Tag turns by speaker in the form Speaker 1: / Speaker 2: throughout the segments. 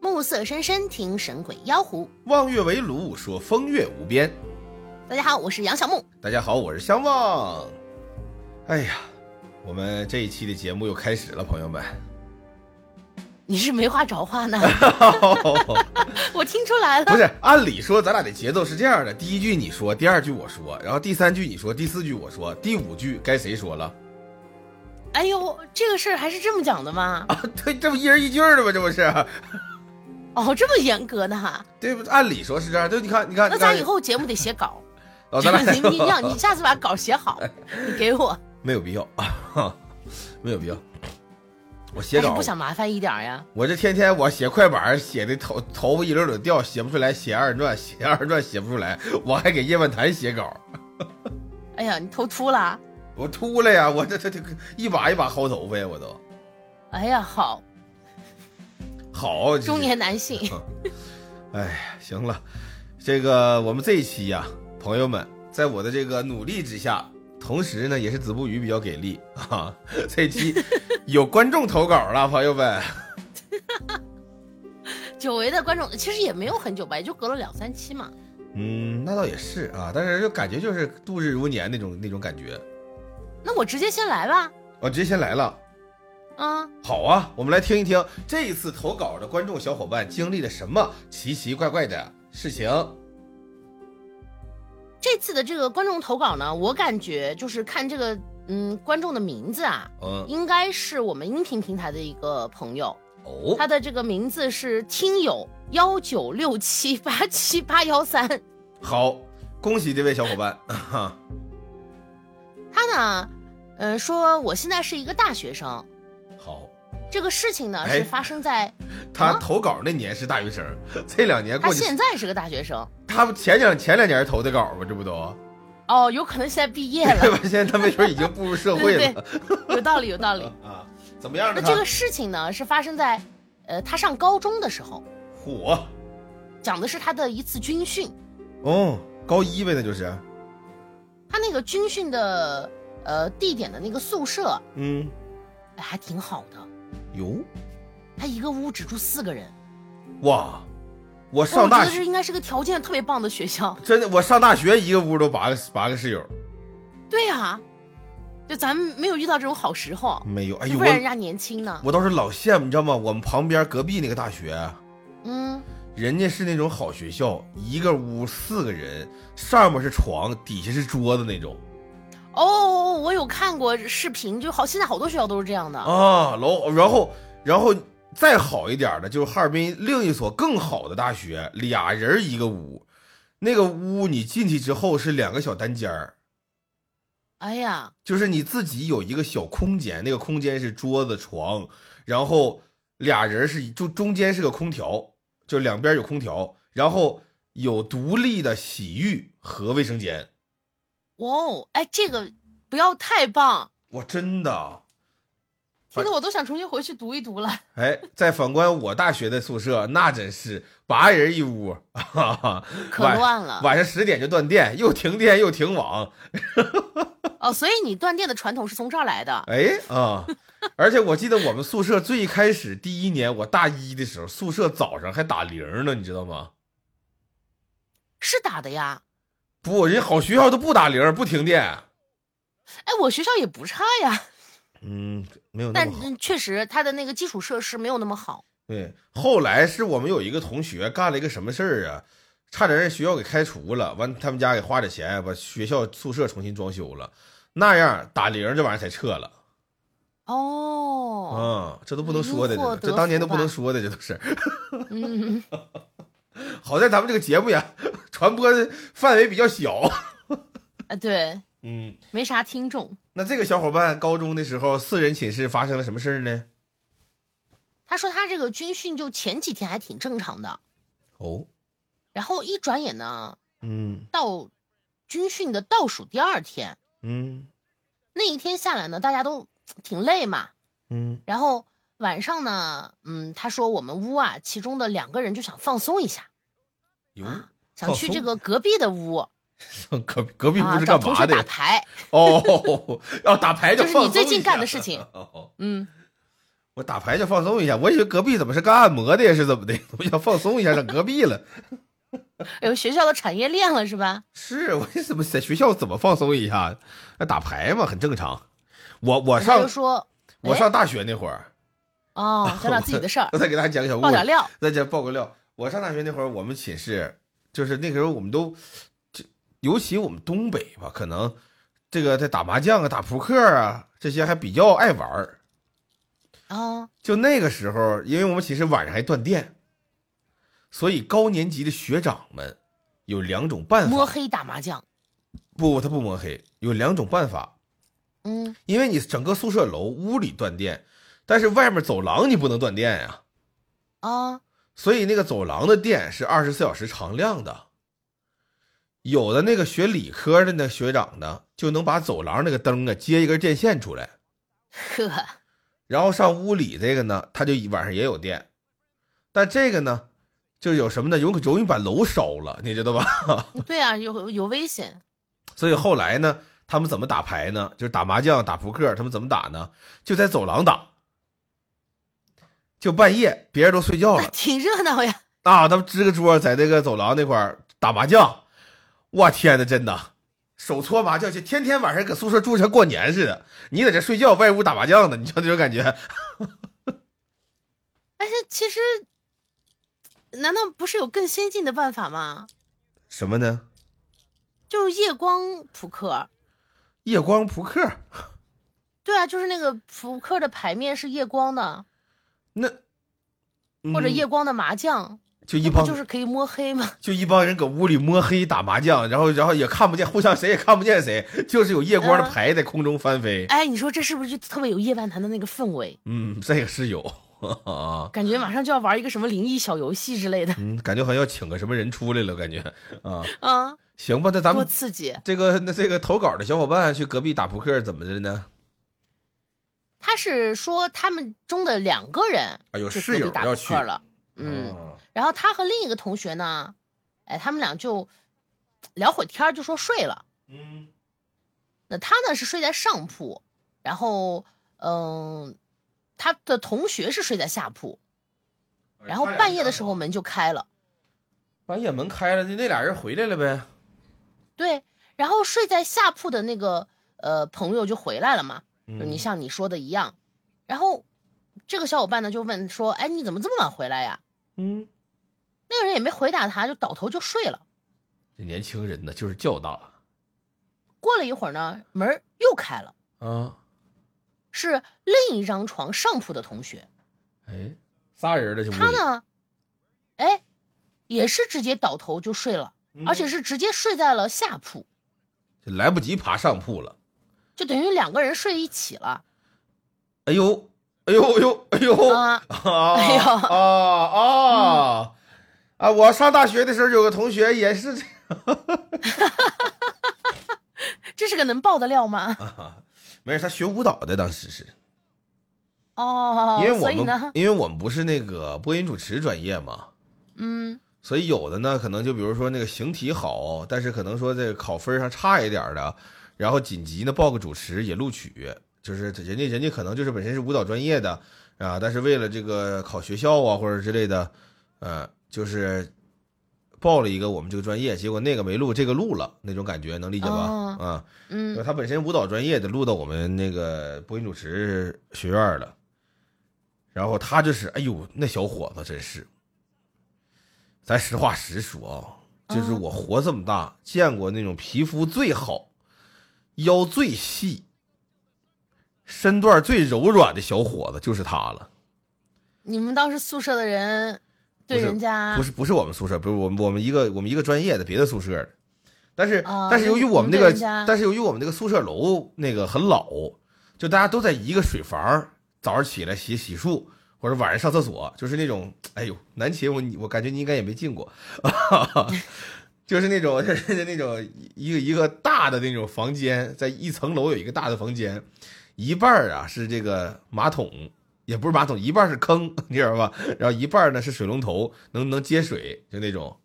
Speaker 1: 暮色深深，听神鬼妖狐。
Speaker 2: 望月为炉，说风月无边。
Speaker 1: 大家好，我是杨小木。
Speaker 2: 大家好，我是相望。哎呀，我们这一期的节目又开始了，朋友们。
Speaker 1: 你是没话找 话呢？
Speaker 2: 不
Speaker 1: 我听出来了，
Speaker 2: 是，按理说咱俩的节奏是这样的：第一句你说，第二句我说，然后第三句你说，第四句我说，第五句该谁说了？
Speaker 1: 哎呦，这个事儿还是这么讲的吗？
Speaker 2: 啊，对，这不一人一句儿的吗？这不是？
Speaker 1: 哦，这么严格的哈？
Speaker 2: 对不？按理说是这样。对，你看，你看，
Speaker 1: 那
Speaker 2: 你看
Speaker 1: 咱以后节目得写稿，
Speaker 2: 哦，咱俩
Speaker 1: 你你要你下次把稿写好，你给我。
Speaker 2: 没有必要啊，没有必要。我写
Speaker 1: 但是
Speaker 2: 稿
Speaker 1: 哎不，想麻烦一点儿呀？
Speaker 2: 我这天天我写快板，写的头头发一溜溜掉，写不出来，写二人转， 写二人转写不出来，我还给叶问坛写稿，
Speaker 1: 哎呀，你头秃了？
Speaker 2: 我秃了呀，我这这这一把一把薅头发呀，我都
Speaker 1: 哎呀，好，
Speaker 2: 好
Speaker 1: 中。年男性，
Speaker 2: 哎呀，行了，这个我们这一期呀、朋友们，在我的这个努力之下，同时呢也是子不语比较给力啊，这期有观众投稿了，朋友们。
Speaker 1: 久违的观众，其实也没有很久吧，也就隔了两三期嘛。
Speaker 2: 嗯，那倒也是啊，但是就感觉就是度日如年那种那种感觉。
Speaker 1: 那我直接先来吧，
Speaker 2: 我、直接先来了，
Speaker 1: 啊、
Speaker 2: 好啊，我们来听一听这一次投稿的观众小伙伴经历了什么奇奇怪怪的事情。
Speaker 1: 这次的这个观众投稿呢，我感觉就是看这个，嗯，观众的名字啊，
Speaker 2: 嗯，
Speaker 1: 应该是我们音频平台的一个朋友，
Speaker 2: 哦
Speaker 1: 他，的这个名字是听友幺九六七八七八幺三，
Speaker 2: 好，恭喜这位小伙伴。
Speaker 1: 嗯他呢，呃，说我现在是一个大学生，
Speaker 2: 好，
Speaker 1: 这个事情呢
Speaker 2: 哎
Speaker 1: 是发生在
Speaker 2: 他
Speaker 1: 啊
Speaker 2: 投稿那年是大学生，这两年
Speaker 1: 他
Speaker 2: 过去，
Speaker 1: 现在是个大学生，
Speaker 2: 他不前两前两年投的稿吗？这不都？
Speaker 1: 哦，有可能现在毕业
Speaker 2: 对
Speaker 1: 了，
Speaker 2: 吧？现在他没准已经步入社会
Speaker 1: 对对
Speaker 2: 了
Speaker 1: 对，有道理有道 理。
Speaker 2: 啊？怎么样
Speaker 1: 那
Speaker 2: 呢？
Speaker 1: 这
Speaker 2: 他
Speaker 1: 个事情呢是发生在，呃，他上高中的时候，
Speaker 2: 火
Speaker 1: 讲的是他的一次军训。
Speaker 2: 哦，高一呗，那就是，
Speaker 1: 他那个军训的呃地点的那个宿舍，
Speaker 2: 嗯，
Speaker 1: 哎，还挺好的。
Speaker 2: 哟。
Speaker 1: 他一个屋只住四个人，哎
Speaker 2: 哇，我
Speaker 1: 哦哇我
Speaker 2: 上
Speaker 1: 觉
Speaker 2: 大
Speaker 1: 得这
Speaker 2: 学
Speaker 1: 应该是个条件特别棒的学校。
Speaker 2: 真的，我上大学一个屋都八个八个室友，嗯
Speaker 1: 对呀、就咱们没有遇到这种好时候，
Speaker 2: 没有。哎
Speaker 1: 要
Speaker 2: 呦，
Speaker 1: 不然人
Speaker 2: 我
Speaker 1: 家年轻呢。
Speaker 2: 我倒是老羡慕，你知道吗？我们旁边隔壁那个大学，啊
Speaker 1: 嗯，
Speaker 2: 人家是那种好学校，一个屋四个人，上面是床，底下是桌子那种
Speaker 1: 哦，我有看过视频，就好，现在好多学校都是这样的。
Speaker 2: 啊。楼，然后然后再好一点的，就是哈尔滨另一所更好的大学，俩人一个屋，那个屋你进去之后是两个小单间儿。
Speaker 1: 哎呀，
Speaker 2: 就是你自己有一个小空间，那个空间是桌子、床，然后俩人是就中间是个空调，就两边有空调，然后有独立的洗浴和卫生间。
Speaker 1: 哇哦，哎，这个不要太棒，
Speaker 2: 我真的，啊
Speaker 1: 听得我都想重新回去读一读了。
Speaker 2: 哎，再反观我大学的宿舍，那真是八人一屋，哈哈，
Speaker 1: 可
Speaker 2: 晚
Speaker 1: 乱了
Speaker 2: 晚上十点就断电，又停电又停网，
Speaker 1: 哦，所以你断电的传统是从这儿来的。
Speaker 2: 哎啊！而且我记得我们宿舍最开始第一年，我大一的时候，宿舍早上还打铃呢，你知道吗？
Speaker 1: 是打的呀，
Speaker 2: 不，人家好学校都不打铃，不停电。
Speaker 1: 哎，我学校也不差呀。
Speaker 2: 嗯，没有那
Speaker 1: 但
Speaker 2: 么好。
Speaker 1: 嗯确实，它的那个基础设施没有那么好。
Speaker 2: 对，后来是我们有一个同学干了一个什么事儿啊，差点让学校给开除了。完，他们家给花点钱把学校宿舍重新装修了，那样打铃这玩意儿才撤了。
Speaker 1: 哦，
Speaker 2: 啊、这都不能说的，
Speaker 1: 因祸
Speaker 2: 这
Speaker 1: 得
Speaker 2: 这当年都
Speaker 1: 福
Speaker 2: 不能
Speaker 1: 吧
Speaker 2: 说的，这都是。
Speaker 1: 嗯，
Speaker 2: 好在咱们这个节目呀，传播的范围比较小。
Speaker 1: 啊，对，
Speaker 2: 嗯，
Speaker 1: 没啥听众。
Speaker 2: 那这个小伙伴高中的时候，四人寝室发生了什么事儿呢？
Speaker 1: 他说他这个军训就前几天还挺正常的，
Speaker 2: 哦，
Speaker 1: 然后一转眼呢，
Speaker 2: 嗯
Speaker 1: 到军训的倒数第二天，
Speaker 2: 嗯
Speaker 1: 那一天下来呢，大家都挺累嘛。
Speaker 2: 嗯，
Speaker 1: 然后晚上呢，嗯，他说我们屋啊，其中的两个人就想放松一下，
Speaker 2: 有、
Speaker 1: 想去
Speaker 2: 放松
Speaker 1: 这个隔壁的屋
Speaker 2: 隔隔壁屋
Speaker 1: 啊
Speaker 2: 是
Speaker 1: 找
Speaker 2: 干
Speaker 1: 同
Speaker 2: 嘛
Speaker 1: 学
Speaker 2: 的？
Speaker 1: 打牌。
Speaker 2: 哦，要打牌就
Speaker 1: 就是你
Speaker 2: 放松
Speaker 1: 最
Speaker 2: 一
Speaker 1: 近
Speaker 2: 下哦
Speaker 1: 干的事情。嗯，
Speaker 2: 我打牌就放松一下，我以为隔壁怎么是干按摩的呀，是怎么的？ 我想放松一下，上隔壁了。
Speaker 1: 哎呦，学校的产业链了是吧？
Speaker 2: 是我怎么在学校怎么放松一下？那打牌嘛，很正常。我我
Speaker 1: 他就
Speaker 2: 上
Speaker 1: 说哎
Speaker 2: 我上大学那会儿，
Speaker 1: 哦，讲讲自己的事儿
Speaker 2: ，我再给大家讲个小故
Speaker 1: 爆点
Speaker 2: 事，
Speaker 1: 料。
Speaker 2: 再讲爆个料。我上大学那会儿，我们寝室就是那个时候我们都，这尤其我们东北吧，可能这个在打麻将啊、打扑克啊这些还比较爱玩儿。
Speaker 1: 啊，
Speaker 2: 就那个时候，因为我们寝室晚上还断电，所以高年级的学长们有两种办
Speaker 1: 摸
Speaker 2: 法。
Speaker 1: 黑打麻将，
Speaker 2: 不，他不摸黑，有两种办法。
Speaker 1: 嗯，
Speaker 2: 因为你整个宿舍楼屋里断电，但是外面走廊你不能断电呀、
Speaker 1: 啊，
Speaker 2: 所以那个走廊的电是二十四小时常亮的。有的那个学理科的那学长呢，就能把走廊那个灯啊接一根电线出来，
Speaker 1: 呵，
Speaker 2: 然后上屋里这个呢，他就晚上也有电，但这个呢，就有什么呢？有可容易把楼烧了，你知道吧？
Speaker 1: 对啊，有有危险，
Speaker 2: 所以后来呢，他们怎么打牌呢？就是打麻将、打扑克，他们怎么打呢？就在走廊打，就半夜别人都睡觉 了
Speaker 1: 挺热闹呀。
Speaker 2: 啊，他们支个桌在那个走廊那块儿打麻将。我天呐，真的，手搓麻将去，天天晚上搁宿舍住像过年似的。你在这睡觉，外屋打麻将呢，你知道那种感觉？
Speaker 1: 但是其实，难道不是有更先进的办法吗？
Speaker 2: 什么呢？
Speaker 1: 就是夜光扑克。
Speaker 2: 夜光扑克？
Speaker 1: 对啊，就是那个扑克的牌面是夜光的，
Speaker 2: 那
Speaker 1: 或者
Speaker 2: 嗯
Speaker 1: 夜光的麻将，
Speaker 2: 就一
Speaker 1: 那不
Speaker 2: 帮
Speaker 1: 就是可以摸黑吗？
Speaker 2: 就一帮人搁屋里摸黑打麻将，然后然后也看不见，互相谁也看不见谁，就是有夜光的
Speaker 1: 嗯
Speaker 2: 牌在空中翻飞。
Speaker 1: 哎，你说这是不是就特别有夜半谈的那个氛围？
Speaker 2: 嗯，这个是有啊，
Speaker 1: 感觉马上就要玩一个什么灵异小游戏之类的
Speaker 2: 嗯，感觉好像要请个什么人出来了，感觉啊，
Speaker 1: 啊，
Speaker 2: 行吧，那咱
Speaker 1: 多
Speaker 2: 们
Speaker 1: 刺激！
Speaker 2: 这个那这个投稿的小伙伴去隔壁打扑克怎么的呢？
Speaker 1: 他是说他们中的两个人
Speaker 2: 啊，有
Speaker 1: 去
Speaker 2: 室
Speaker 1: 隔
Speaker 2: 友
Speaker 1: 壁打
Speaker 2: 要
Speaker 1: 扑
Speaker 2: 去
Speaker 1: 克，了，嗯，
Speaker 2: 啊，
Speaker 1: 然后他和另一个同学呢，哎，他们俩就聊会儿天儿，就说睡了。
Speaker 2: 嗯
Speaker 1: 那他呢是睡在上铺，然后嗯，他的同学是睡在下铺，
Speaker 2: 哎
Speaker 1: 然后半夜的
Speaker 2: 啊
Speaker 1: 时候门就开了，
Speaker 2: 半夜门开了，那那俩人回来了呗。
Speaker 1: 对，然后睡在下铺的那个呃朋友就回来了嘛，就你
Speaker 2: 嗯
Speaker 1: 像你说的一样，然后这个小伙伴呢就问说，哎，你怎么这么晚回来呀？
Speaker 2: 嗯，
Speaker 1: 那个人也没回答他，就倒头就睡了。
Speaker 2: 这年轻人呢就是较大
Speaker 1: 过了一会儿呢，门儿又开了，
Speaker 2: 啊，
Speaker 1: 是另一张床上铺的同学，
Speaker 2: 哎，仨人了就
Speaker 1: 他呢，哎，也是直接倒头就睡了，而且是直接睡在了下铺，
Speaker 2: 嗯就来不及爬上铺了。
Speaker 1: 就等于两个人睡一起了。
Speaker 2: 哎呦，哎呦，哎呦，哎呦，
Speaker 1: 啊
Speaker 2: 啊，
Speaker 1: 哎呦嗯
Speaker 2: 啊啊啊！我上大学的时候有个同学也是这
Speaker 1: 这是个能爆的料吗？
Speaker 2: 啊，没事，他学舞蹈的，当时是
Speaker 1: 哦，
Speaker 2: 因为
Speaker 1: 所以
Speaker 2: 我们
Speaker 1: 呢，
Speaker 2: 因为我们不是那个播音主持专业嘛，
Speaker 1: 嗯，
Speaker 2: 所以有的呢可能就比如说那个形体好，但是可能说这个考分上差一点的，然后紧急呢报个主持也录取，就是人家人家可能就是本身是舞蹈专业的啊，但是为了这个考学校啊或者之类的，呃，就是报了一个我们这个专业，结果那个没录，这个录了，那种感觉能理解吧？
Speaker 1: 哦
Speaker 2: 啊，
Speaker 1: 嗯
Speaker 2: 就他本身舞蹈专业的，录到我们那个播音主持学院了。然后他就是，哎呦，那小伙子真是，咱实话实说啊，就是
Speaker 1: 嗯
Speaker 2: 我活这么大见过那种皮肤最好、腰最细、身段最柔软的小伙子，就是他了。
Speaker 1: 你们当时宿舍的人对
Speaker 2: 不是
Speaker 1: 人家
Speaker 2: 不是不是我们宿舍，不是我们我们一个我们一个专业的别的宿舍的，但是、
Speaker 1: 啊
Speaker 2: 但是由于
Speaker 1: 那
Speaker 2: 我们那
Speaker 1: 那
Speaker 2: 个
Speaker 1: 人家
Speaker 2: 但是由于我们那个宿舍楼那个很老，就大家都在一个水房，早上起来洗洗漱或者晚上上厕所，就是那种哎呦南秦我你我感觉你应该也没进过， 就是那种 就是那种一个一个大的那种房间，在一层楼有一个大的房间，一半儿啊是这个马桶，也不是马桶，一半儿是坑，你知道吧？然后一半儿呢是水龙头，能能接水，就那种。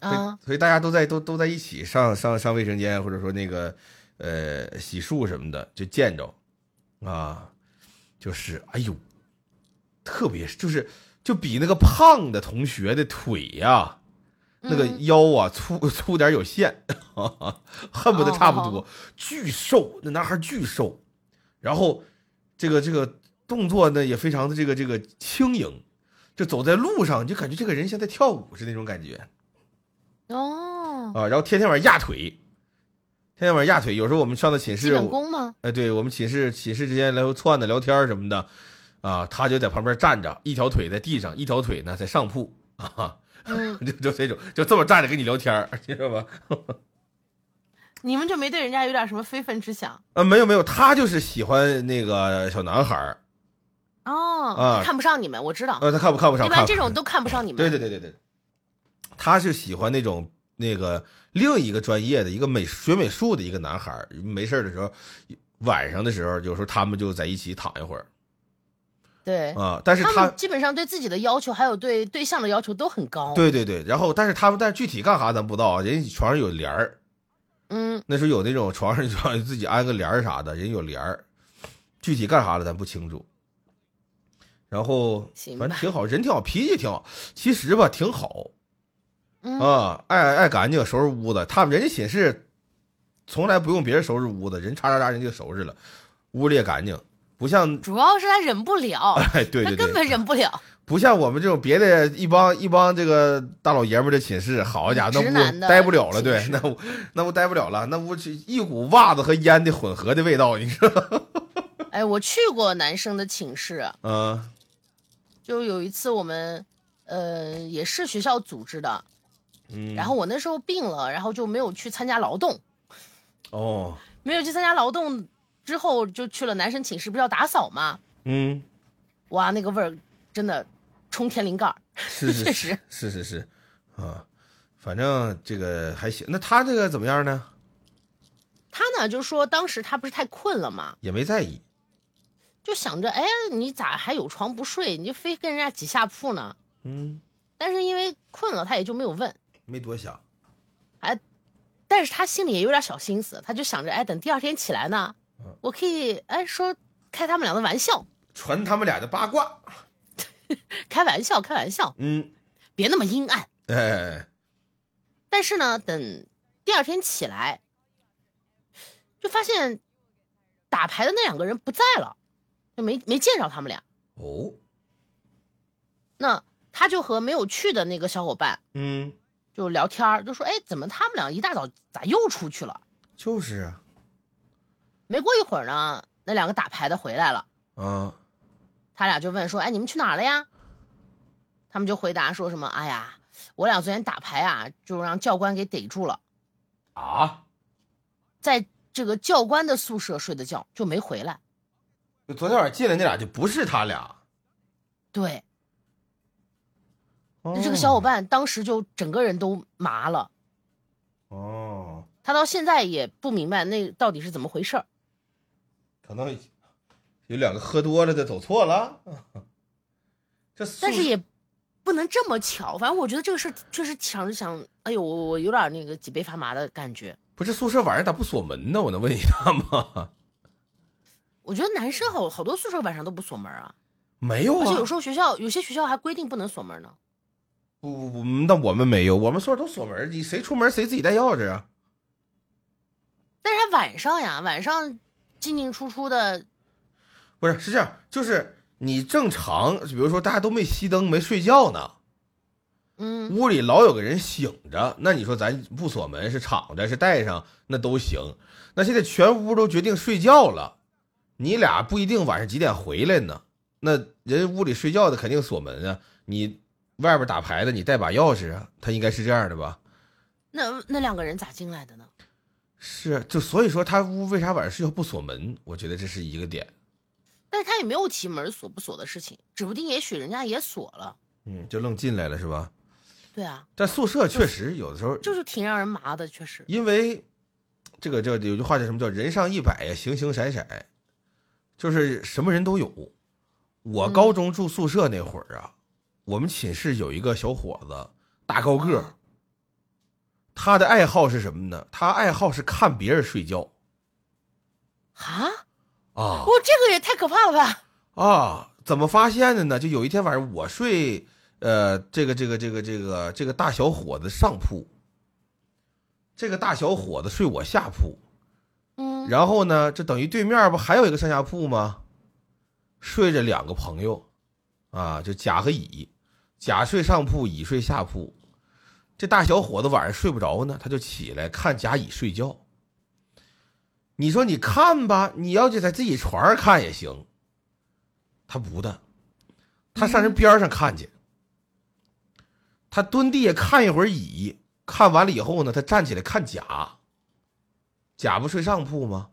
Speaker 2: 所
Speaker 1: 啊，
Speaker 2: 以所以大家都在都都在一起上上上卫生间，或者说那个呃洗漱什么的，就见着啊，就是哎呦，特别是就是就比那个胖的同学的腿呀、那个
Speaker 1: 嗯
Speaker 2: 腰啊粗粗点儿有限， 恨不得差不多，巨瘦，那男孩巨瘦，然后这个这个动作呢也非常的这个这个轻盈，就走在路上你就感觉这个人像在跳舞是那种感觉
Speaker 1: 哦，
Speaker 2: 啊，然后天天晚上压腿，天天晚上压腿，有时候我们上到寝
Speaker 1: 基
Speaker 2: 室，
Speaker 1: 本功吗？
Speaker 2: 哎，对我们寝室寝室之间来回窜的聊天儿什么的，啊，他就在旁边站着，一条腿在地上，一条腿呢在上铺 啊，
Speaker 1: 嗯，
Speaker 2: 就就这种就这么站着跟你聊天儿， 知道吧？
Speaker 1: 你们就没对人家有点什么非分之想
Speaker 2: 啊，没有没有，他就是喜欢那个小男孩儿，
Speaker 1: 哦？
Speaker 2: 啊
Speaker 1: 看不上你们，我知道，
Speaker 2: 呃，他看不看不上，
Speaker 1: 一
Speaker 2: 看
Speaker 1: 般
Speaker 2: 不
Speaker 1: 这
Speaker 2: 上
Speaker 1: 种都看不上你们。
Speaker 2: 对对对对对，他是喜欢那种那个另一个专业的一个美学美术的一个男孩儿，没事儿的时候，晚上的时候，有时候他们就在一起躺一会儿
Speaker 1: 对
Speaker 2: 啊，但是
Speaker 1: 他们基本上对自己的要求还有对对象的要求都很高。，
Speaker 2: 对对对，然后但是他们但是具体干啥咱不知道啊，人家床上有帘儿，
Speaker 1: 嗯，
Speaker 2: 那时候有那种床上床上自己安个帘儿啥的，人有帘儿，具体干啥的咱不清楚。然后
Speaker 1: 行
Speaker 2: 反正
Speaker 1: 吧
Speaker 2: 挺好，人挺好，脾气挺好，其实吧挺好，
Speaker 1: 嗯
Speaker 2: 啊，爱爱干净，收拾屋子。他们人家寝室从来不用别人收拾屋子，人叉叉叉人家就收拾了，屋里也干净，不像
Speaker 1: 主要是他忍不了，
Speaker 2: 哎对
Speaker 1: 他
Speaker 2: 对
Speaker 1: 根
Speaker 2: 对，
Speaker 1: 本忍不了。
Speaker 2: 不像我们这种别的一帮一帮这个大老爷们儿的寝室，好家伙，那
Speaker 1: 直
Speaker 2: 屋
Speaker 1: 男的
Speaker 2: 待不了了，
Speaker 1: 寝
Speaker 2: 对，
Speaker 1: 室
Speaker 2: 那屋 那屋待不了了，那屋是一股袜子和烟的混合的味道，你说？
Speaker 1: 哎，我去过男生的寝室，
Speaker 2: 嗯、
Speaker 1: 就有一次我们，呃，也是学校组织的，
Speaker 2: 嗯，
Speaker 1: 然后我那时候病了，然后就没有去参加劳动，
Speaker 2: 哦，
Speaker 1: 没有去参加劳动之后就去了男生寝室，不是要打扫吗？
Speaker 2: 嗯，
Speaker 1: 哇，那个味儿真的冲天灵盖儿。
Speaker 2: 是是
Speaker 1: 确
Speaker 2: 是
Speaker 1: 实
Speaker 2: 是是是，啊，反正这个还行。那他这个怎么样呢？
Speaker 1: 他呢就说当时他不是太困了嘛，
Speaker 2: 也没在意。
Speaker 1: 就想着，哎，你咋还有床不睡？你就非跟人家挤下铺呢？
Speaker 2: 嗯，
Speaker 1: 但是因为困了，他也就没有问。
Speaker 2: 没多想。
Speaker 1: 但是他心里也有点小心思，他就想着，哎，等第二天起来呢
Speaker 2: 嗯，
Speaker 1: 我可以，哎，说开他们俩的玩笑，
Speaker 2: 传他们俩的八卦。
Speaker 1: 开玩笑，开玩笑，
Speaker 2: 嗯，
Speaker 1: 别那么阴暗。
Speaker 2: 哎，
Speaker 1: 但是呢，等第二天起来，就发现打牌的那两个人不在了，就没没见着他们俩。
Speaker 2: 哦，
Speaker 1: 那他就和没有去的那个小伙伴
Speaker 2: 嗯，
Speaker 1: 就聊天儿，就说：“哎，怎么他们俩一大早咋又出去了
Speaker 2: 就是啊，？”
Speaker 1: 没过一会儿呢，那两个打牌的回来了，
Speaker 2: 啊，
Speaker 1: 他俩就问说：“哎，你们去哪儿了呀？”他们就回答说什么：“哎呀，我俩昨天打牌啊，就让教官给逮住了，
Speaker 2: 啊，
Speaker 1: 在这个教官的宿舍睡的觉，就没回来。”
Speaker 2: 就昨天晚上进来那俩就不是他俩。
Speaker 1: 对，
Speaker 2: 哦
Speaker 1: 那这个小伙伴当时就整个人都麻了，
Speaker 2: 哦，
Speaker 1: 他到现在也不明白那到底是怎么回事儿。
Speaker 2: 可能有两个喝多了的走错了。这宿舍
Speaker 1: 但是也不能这么巧，反正我觉得这个事儿确实想着想，哎呦，我我有点那个脊背发麻的感觉。
Speaker 2: 不是宿舍晚上咋不锁门呢？我能问一下吗？
Speaker 1: 我觉得男生好好多宿舍晚上都不锁门啊，
Speaker 2: 没有
Speaker 1: 而且有
Speaker 2: 啊，
Speaker 1: 时候学校有些学校还规定不能锁门呢。
Speaker 2: 不不不，那我们没有，我们宿舍都锁门，你谁出门谁自己带钥匙啊。
Speaker 1: 但是他晚上呀，晚上进进出出的，
Speaker 2: 不是，是这样，就是你正常，比如说大家都没熄灯，没睡觉呢，
Speaker 1: 嗯，
Speaker 2: 屋里老有个人醒着，那你说咱不锁门是敞着是带上那都行。那现在全屋都决定睡觉了，你俩不一定晚上几点回来呢。那人屋里睡觉的肯定锁门啊，你外边打牌的你带把钥匙啊，他应该是这样的吧？
Speaker 1: 那那两个人咋进来的呢？
Speaker 2: 是，啊就所以说他屋为啥晚上睡觉不锁门？我觉得这是一个点。
Speaker 1: 但是他也没有提门锁不锁的事情，指不定也许人家也锁了。
Speaker 2: 嗯，就愣进来了是吧？
Speaker 1: 对啊，
Speaker 2: 但宿舍确实有的时候，
Speaker 1: 就是挺让人麻的，确实。
Speaker 2: 因为这个这个有句话叫什么叫“人上一百呀，形形色色”，就是什么人都有。我
Speaker 1: 嗯
Speaker 2: 高中住宿舍那会儿啊，我们寝室有一个小伙子，大高个儿
Speaker 1: 啊。
Speaker 2: 他的爱好是什么呢？他爱好是看别人睡觉
Speaker 1: 啊，哦
Speaker 2: 啊
Speaker 1: 我这个也太可怕了吧！
Speaker 2: 啊！怎么发现的呢？就有一天晚上我睡，呃，这个这个这个这个这个大小伙子上铺，这个大小伙子睡我下铺，
Speaker 1: 嗯，
Speaker 2: 然后呢，这等于对面不还有一个上下铺吗？睡着两个朋友，啊，就甲和乙，甲睡上铺，乙睡下铺。这大小伙子晚上睡不着呢，他就起来看甲乙睡觉。你说你看吧，你要就在自己床上看也行。他不的，他上人边上看去，他蹲地下看一会儿乙，看完了以后呢，他站起来看甲。甲不睡上铺吗？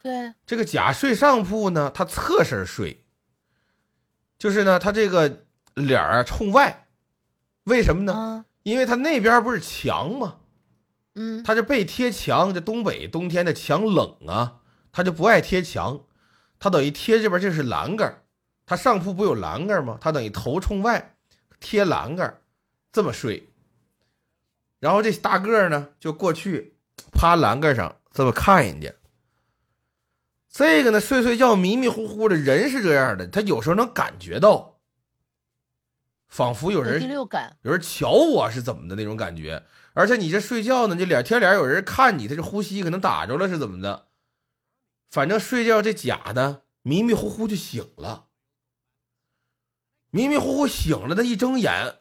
Speaker 1: 对，
Speaker 2: 这个甲睡上铺呢，他侧身睡，就是呢，他这个脸儿啊冲外，为什么呢？
Speaker 1: 啊，
Speaker 2: 因为他那边不是墙吗？
Speaker 1: 嗯，
Speaker 2: 他这背贴墙，这东北冬天的墙冷啊，他就不爱贴墙，他等于贴这边这是栏杆儿，他上铺不有栏杆儿吗？他等于头冲外贴栏杆儿，这么睡。然后这大个儿呢就过去趴栏杆上这么看人家。这个呢睡睡觉迷迷糊糊的，人是这样的，他有时候能感觉到，仿佛有
Speaker 1: 有
Speaker 2: 人
Speaker 1: 第六感，
Speaker 2: 有人瞧我是怎么的那种感觉。而且你这睡觉呢，这脸贴脸有人看你，他这呼吸可能打着了是怎么的？反正睡觉这假的迷迷糊糊就醒了，迷迷糊糊醒了，他一睁眼，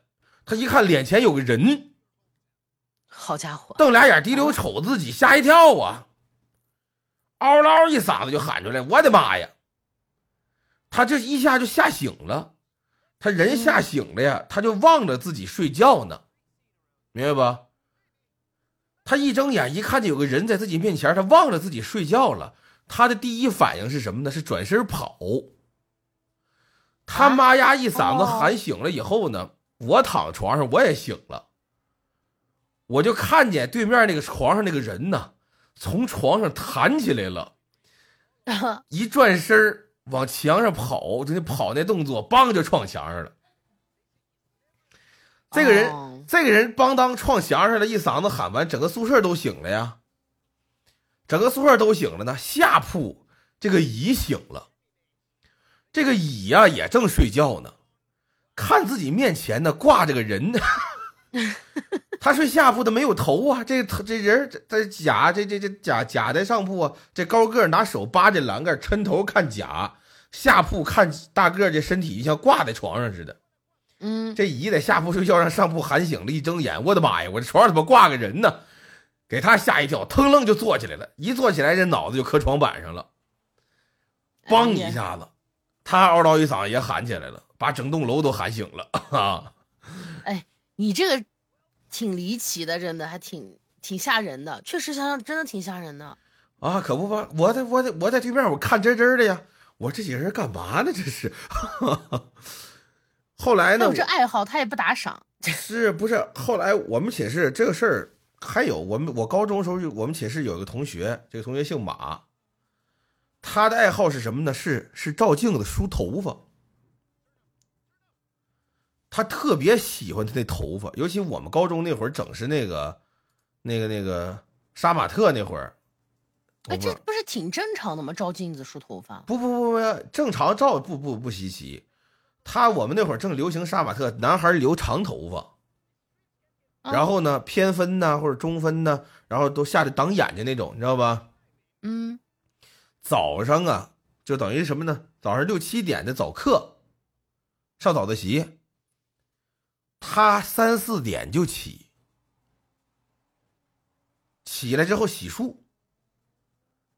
Speaker 2: 他一看脸前有个人，
Speaker 1: 好家伙，
Speaker 2: 瞪俩眼滴溜瞅自己，吓一跳啊！嗷嗷一嗓子就喊出来，我的妈呀！他这一下就吓醒了，他人吓醒了呀，他就望着自己睡觉呢，明白吧？他一睁眼一看见有个人在自己面前，他望着自己睡觉了，他的第一反应是什么呢？是转身跑。他妈呀一嗓子
Speaker 1: 哦
Speaker 2: 喊醒了以后呢，我躺床上我也醒了，我就看见对面那个床上那个人呢，从床上弹起来了。一转身儿往墙上跑，就那跑那动作，梆就撞墙上了。这个人，
Speaker 1: 哦
Speaker 2: 这个人梆当撞墙上了，一嗓子喊完，整个宿舍都醒了呀。整个宿舍都醒了呢。下铺这个乙醒了，这个乙呀、也正睡觉呢，看自己面前呢挂着个人，他睡下铺的没有头啊，这头这人这这甲这这这甲甲在上铺啊，这高个儿拿手扒着栏杆，抻头看甲，下铺看大个儿这身体就像挂在床上似的。
Speaker 1: 嗯，
Speaker 2: 这姨在下铺睡觉，让上铺喊醒了，一睁眼，我的妈呀，我这床上怎么挂个人呢？给他吓一跳，腾楞就坐起来了，一坐起来这脑子就磕床板上了，
Speaker 1: 哎
Speaker 2: 梆一
Speaker 1: 呀
Speaker 2: 下子，他嗷唠一嗓子也喊起来了，把整栋楼都喊醒了啊！
Speaker 1: 你这个挺离奇的，真的还挺挺吓人的，确实想想真的挺吓人的。
Speaker 2: 啊，可不吧，我在我在我在对面，我看真真的呀，我这几个人干嘛呢？这是。 后来呢？
Speaker 1: 有这爱好，他也不打赏。
Speaker 2: 是不是？后来我们寝室这个事儿还有，我们我高中时候就我们寝室有一个同学，这个同学姓马，他的爱好是什么呢？是是照镜子梳头发。他特别喜欢他那头发，尤其我们高中那会儿整是那个、那个、那个杀马特那会儿。
Speaker 1: 哎，
Speaker 2: 头发
Speaker 1: 这不是挺正常的吗？照镜子梳头发，
Speaker 2: 不不不不，正常照不不不稀奇。他我们那会儿正流行杀马特，男孩留长头发，
Speaker 1: 啊
Speaker 2: 然后呢偏分呐、或者中分呐、然后都下去挡眼睛那种，你知道吧？
Speaker 1: 嗯，
Speaker 2: 早上啊，就等于什么呢？早上六七点的早课，上早自习，他三四点就起，起来之后洗漱，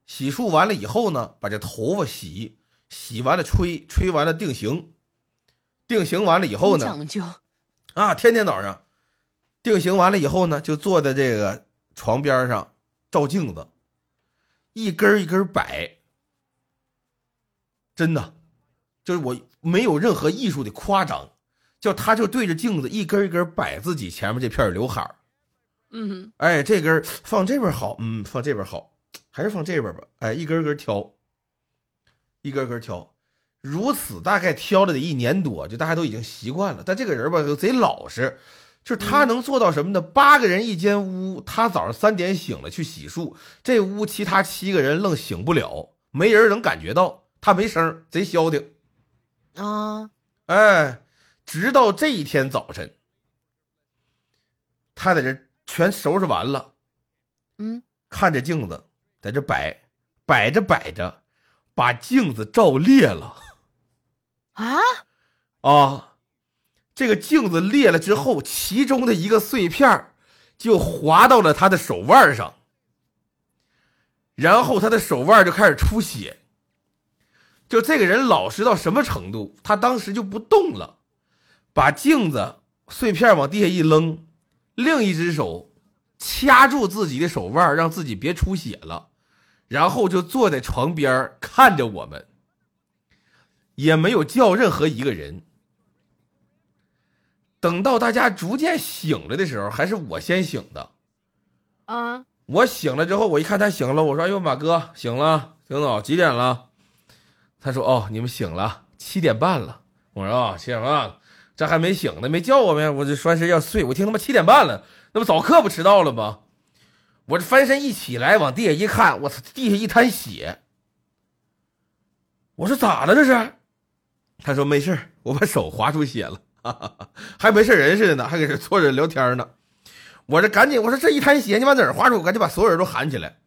Speaker 2: 洗漱完了以后呢，把这头发洗，洗完了吹，吹完了定型，定型完了以后
Speaker 1: 挺
Speaker 2: 呢，
Speaker 1: 讲究。
Speaker 2: 啊，天天早上定型完了以后呢，就坐在这个床边上照镜子，一根儿一根儿摆，真的，就是我没有任何艺术的夸张，就他就对着镜子一根儿一根儿摆自己前面这片儿刘海儿
Speaker 1: 嗯，
Speaker 2: 哎，这根儿放这边儿好，嗯，放这边儿好，还是放这边儿吧。哎，一根儿一根儿挑，一根儿一根儿挑，如此大概挑了得一年多，就大家都已经习惯了。但这个人吧，就贼老实，就是他能做到什么呢？八个人一间屋，他早上三点醒了去洗漱，这屋其他七个人愣醒不了，没人能感觉到，他没声儿，贼消停。
Speaker 1: 啊，
Speaker 2: 哎，直到这一天早晨，他在这全收拾完了，
Speaker 1: 嗯，
Speaker 2: 看着镜子，在这摆，摆着摆着，把镜子照裂了
Speaker 1: 啊，
Speaker 2: 啊！这个镜子裂了之后，其中的一个碎片儿就滑到了他的手腕上，然后他的手腕就开始出血。就这个人老实到什么程度？他当时就不动了，把镜子碎片往地下一扔，另一只手掐住自己的手腕，让自己别出血了，然后就坐在床边儿看着我们，也没有叫任何一个人。等到大家逐渐醒了的时候，还是我先醒的。
Speaker 1: 啊，
Speaker 2: 我醒了之后，我一看他醒了，我说：“哎呦，马哥醒了，挺早，几点了？”他说：“哦，你们醒了，七点半了。”我说：“啊、七点半了，这还没醒呢，没叫我们，我就翻身要睡。我听他妈七点半了，那不早课不迟到了吗？我这翻身一起来，往地下一看，我操，地下一滩血。我说咋的这是？他说没事儿我把手划出血了，哈哈哈还没事人似的呢，还搁这坐着聊天呢。我这赶紧，我说这一滩血你往哪儿划出？我赶紧把所有人都喊起来。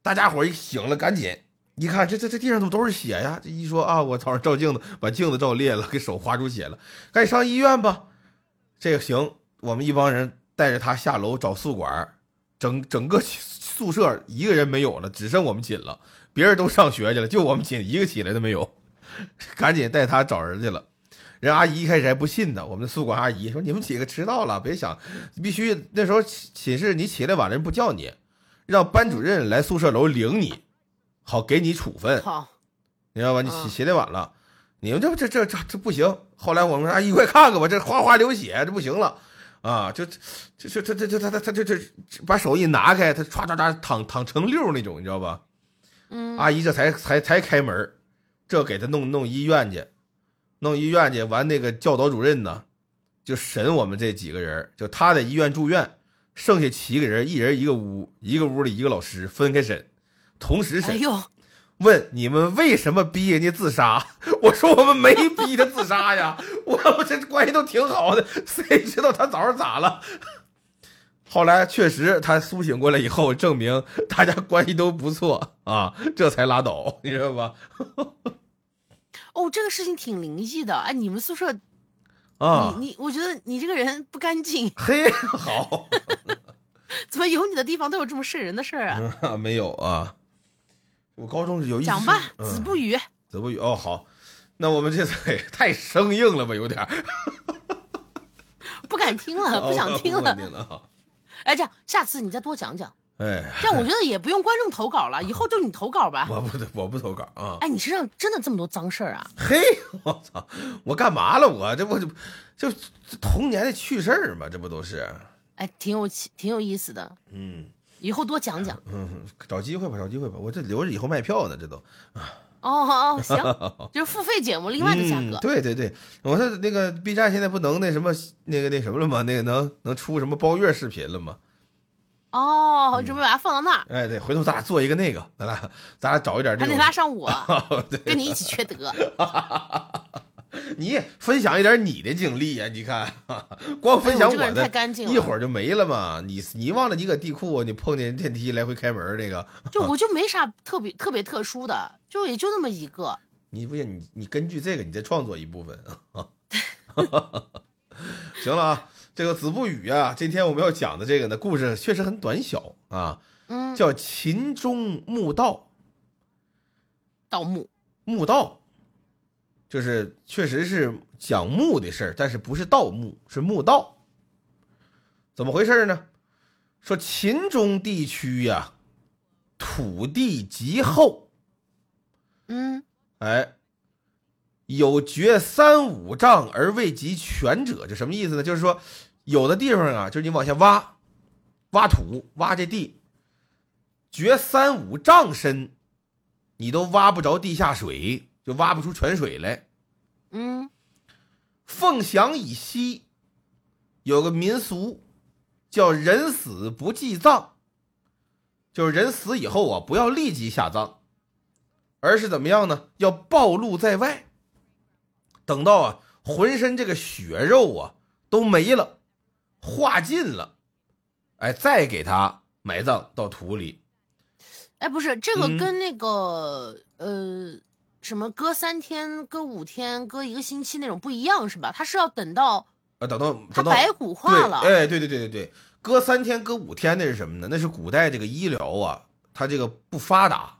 Speaker 2: 大家伙一醒了，赶紧一看，这这这地上怎么都是血呀？这一说啊，我操，照镜子把镜子照裂了，给手划出血了，赶紧上医院吧。这个行，我们一帮人带着他下楼找宿管，整整个宿舍一个人没有了，只剩我们寝了，别人都上学去了，就我们寝一个起来都没有。 赶紧带他找人去了。人阿姨一开始还不信呢，我们的宿管阿姨说：“你们几个迟到了，别想，必须那时候寝寝室你起来晚了，人不叫你，让班主任来宿舍楼领你，好给你处分，
Speaker 1: 好，
Speaker 2: 你知道吧？你
Speaker 1: 啊
Speaker 2: 起起来晚了，你们这这这这这不行。”后来我们说：“阿姨，快看看吧，这哗哗流血，这不行了。”啊，就这这这这这他他他这这把手一拿开，他唰唰唰躺躺成溜儿那种，你知道吧？
Speaker 1: 嗯，
Speaker 2: 阿姨这才才才开门儿，这给他弄弄医院去，弄医院去。完那个教导主任呢，就审我们这几个人儿，就他在医院住院，剩下七个人，一人一个屋，一个屋里一个老师分开审，同时
Speaker 1: 哎
Speaker 2: 审。
Speaker 1: 呦，
Speaker 2: 问你们为什么逼人家自杀？ 我说我们没逼他自杀呀， 我我这关系都挺好的，谁知道他早上咋了？ 后来确实他苏醒过来以后，证明大家关系都不错啊， 这才拉倒， 你知道吧？
Speaker 1: 哦，这个事情挺灵异的。哎，你们宿舍，
Speaker 2: 啊，
Speaker 1: 你你，我觉得你这个人不干净，
Speaker 2: 嘿，好
Speaker 1: 怎么有你的地方都有这么瘆人的事儿啊？
Speaker 2: 啊没有啊，我高中是有一
Speaker 1: 讲
Speaker 2: 次
Speaker 1: 吧，
Speaker 2: 嗯
Speaker 1: 子不语，
Speaker 2: 子不语哦好，那我们这次也太生硬了吧，有点儿
Speaker 1: 不敢听了，啊不想听
Speaker 2: 不
Speaker 1: 了
Speaker 2: 敢。哦听了啊，
Speaker 1: 哎，这样下次你再多讲讲，
Speaker 2: 哎，
Speaker 1: 这样我觉得也不用观众投稿了，以后就你投稿吧。
Speaker 2: 我不我不投稿啊。
Speaker 1: 哎，你身上真的这么多脏事儿啊？
Speaker 2: 嘿，我操，我干嘛了？我这不就就童年的趣事儿嘛，这不都是？
Speaker 1: 哎，挺有趣挺有意思的，
Speaker 2: 嗯
Speaker 1: 以后多讲讲。
Speaker 2: 嗯，找机会吧，找机会吧，我这留着以后卖票呢，这都。
Speaker 1: 哦哦，行， 就是付费节目另外的价格
Speaker 2: 嗯。。对对对，我说那个 B 站现在不能那什么那个那什么了吗？那个能能出什么包月视频了吗？
Speaker 1: 哦，
Speaker 2: 嗯
Speaker 1: 准备把它放到那儿，
Speaker 2: 哎，对，回头咱俩做一个那个，咱俩咱俩找一点这
Speaker 1: 还得
Speaker 2: 种。哦
Speaker 1: 拉上 我，
Speaker 2: 对，
Speaker 1: 跟你一起缺德。
Speaker 2: 你也分享一点你的经历呀、你看，光 分享
Speaker 1: 哎呦我这个人
Speaker 2: 的，
Speaker 1: 太干净了
Speaker 2: 一会儿就没了嘛。你你忘了你搁地库，啊你碰见电梯来回开门儿那个，
Speaker 1: 就我就没啥特别特别特殊的，就也就那么一个。
Speaker 2: 你不行，你你根据这个，你再创作一部分啊。 行了啊，这个子不语啊，今天我们要讲的这个呢，故事确实很短小啊，
Speaker 1: 嗯，
Speaker 2: 叫秦中墓道。
Speaker 1: 盗墓
Speaker 2: 墓道，就是确实是讲墓的事儿，但是不是盗墓，是墓道。怎么回事呢？说秦中地区呀、土地极厚，
Speaker 1: 嗯，
Speaker 2: 哎，有掘三五丈而未及全者，这什么意思呢？就是说，有的地方啊，就是你往下挖，挖土，挖这地，掘三五丈深，你都挖不着地下水，就挖不出泉水来。
Speaker 1: 嗯，
Speaker 2: 凤翔以西有个民俗叫“人死不祭葬”，就是人死以后啊，不要立即下葬，而是怎么样呢？要暴露在外，等到啊浑身这个血肉啊都没了，化尽了，哎，再给他埋葬到土里。
Speaker 1: 哎，不是这个
Speaker 2: 嗯
Speaker 1: 跟那个、呃什么隔三天、隔五天、隔一个星期那种不一样是吧？他是要等到
Speaker 2: 啊，等到
Speaker 1: 他
Speaker 2: 等到
Speaker 1: 白骨化了，
Speaker 2: 对，哎，对对对对对，隔三天、隔五天那是什么呢？那是古代这个医疗啊，它这个不发达，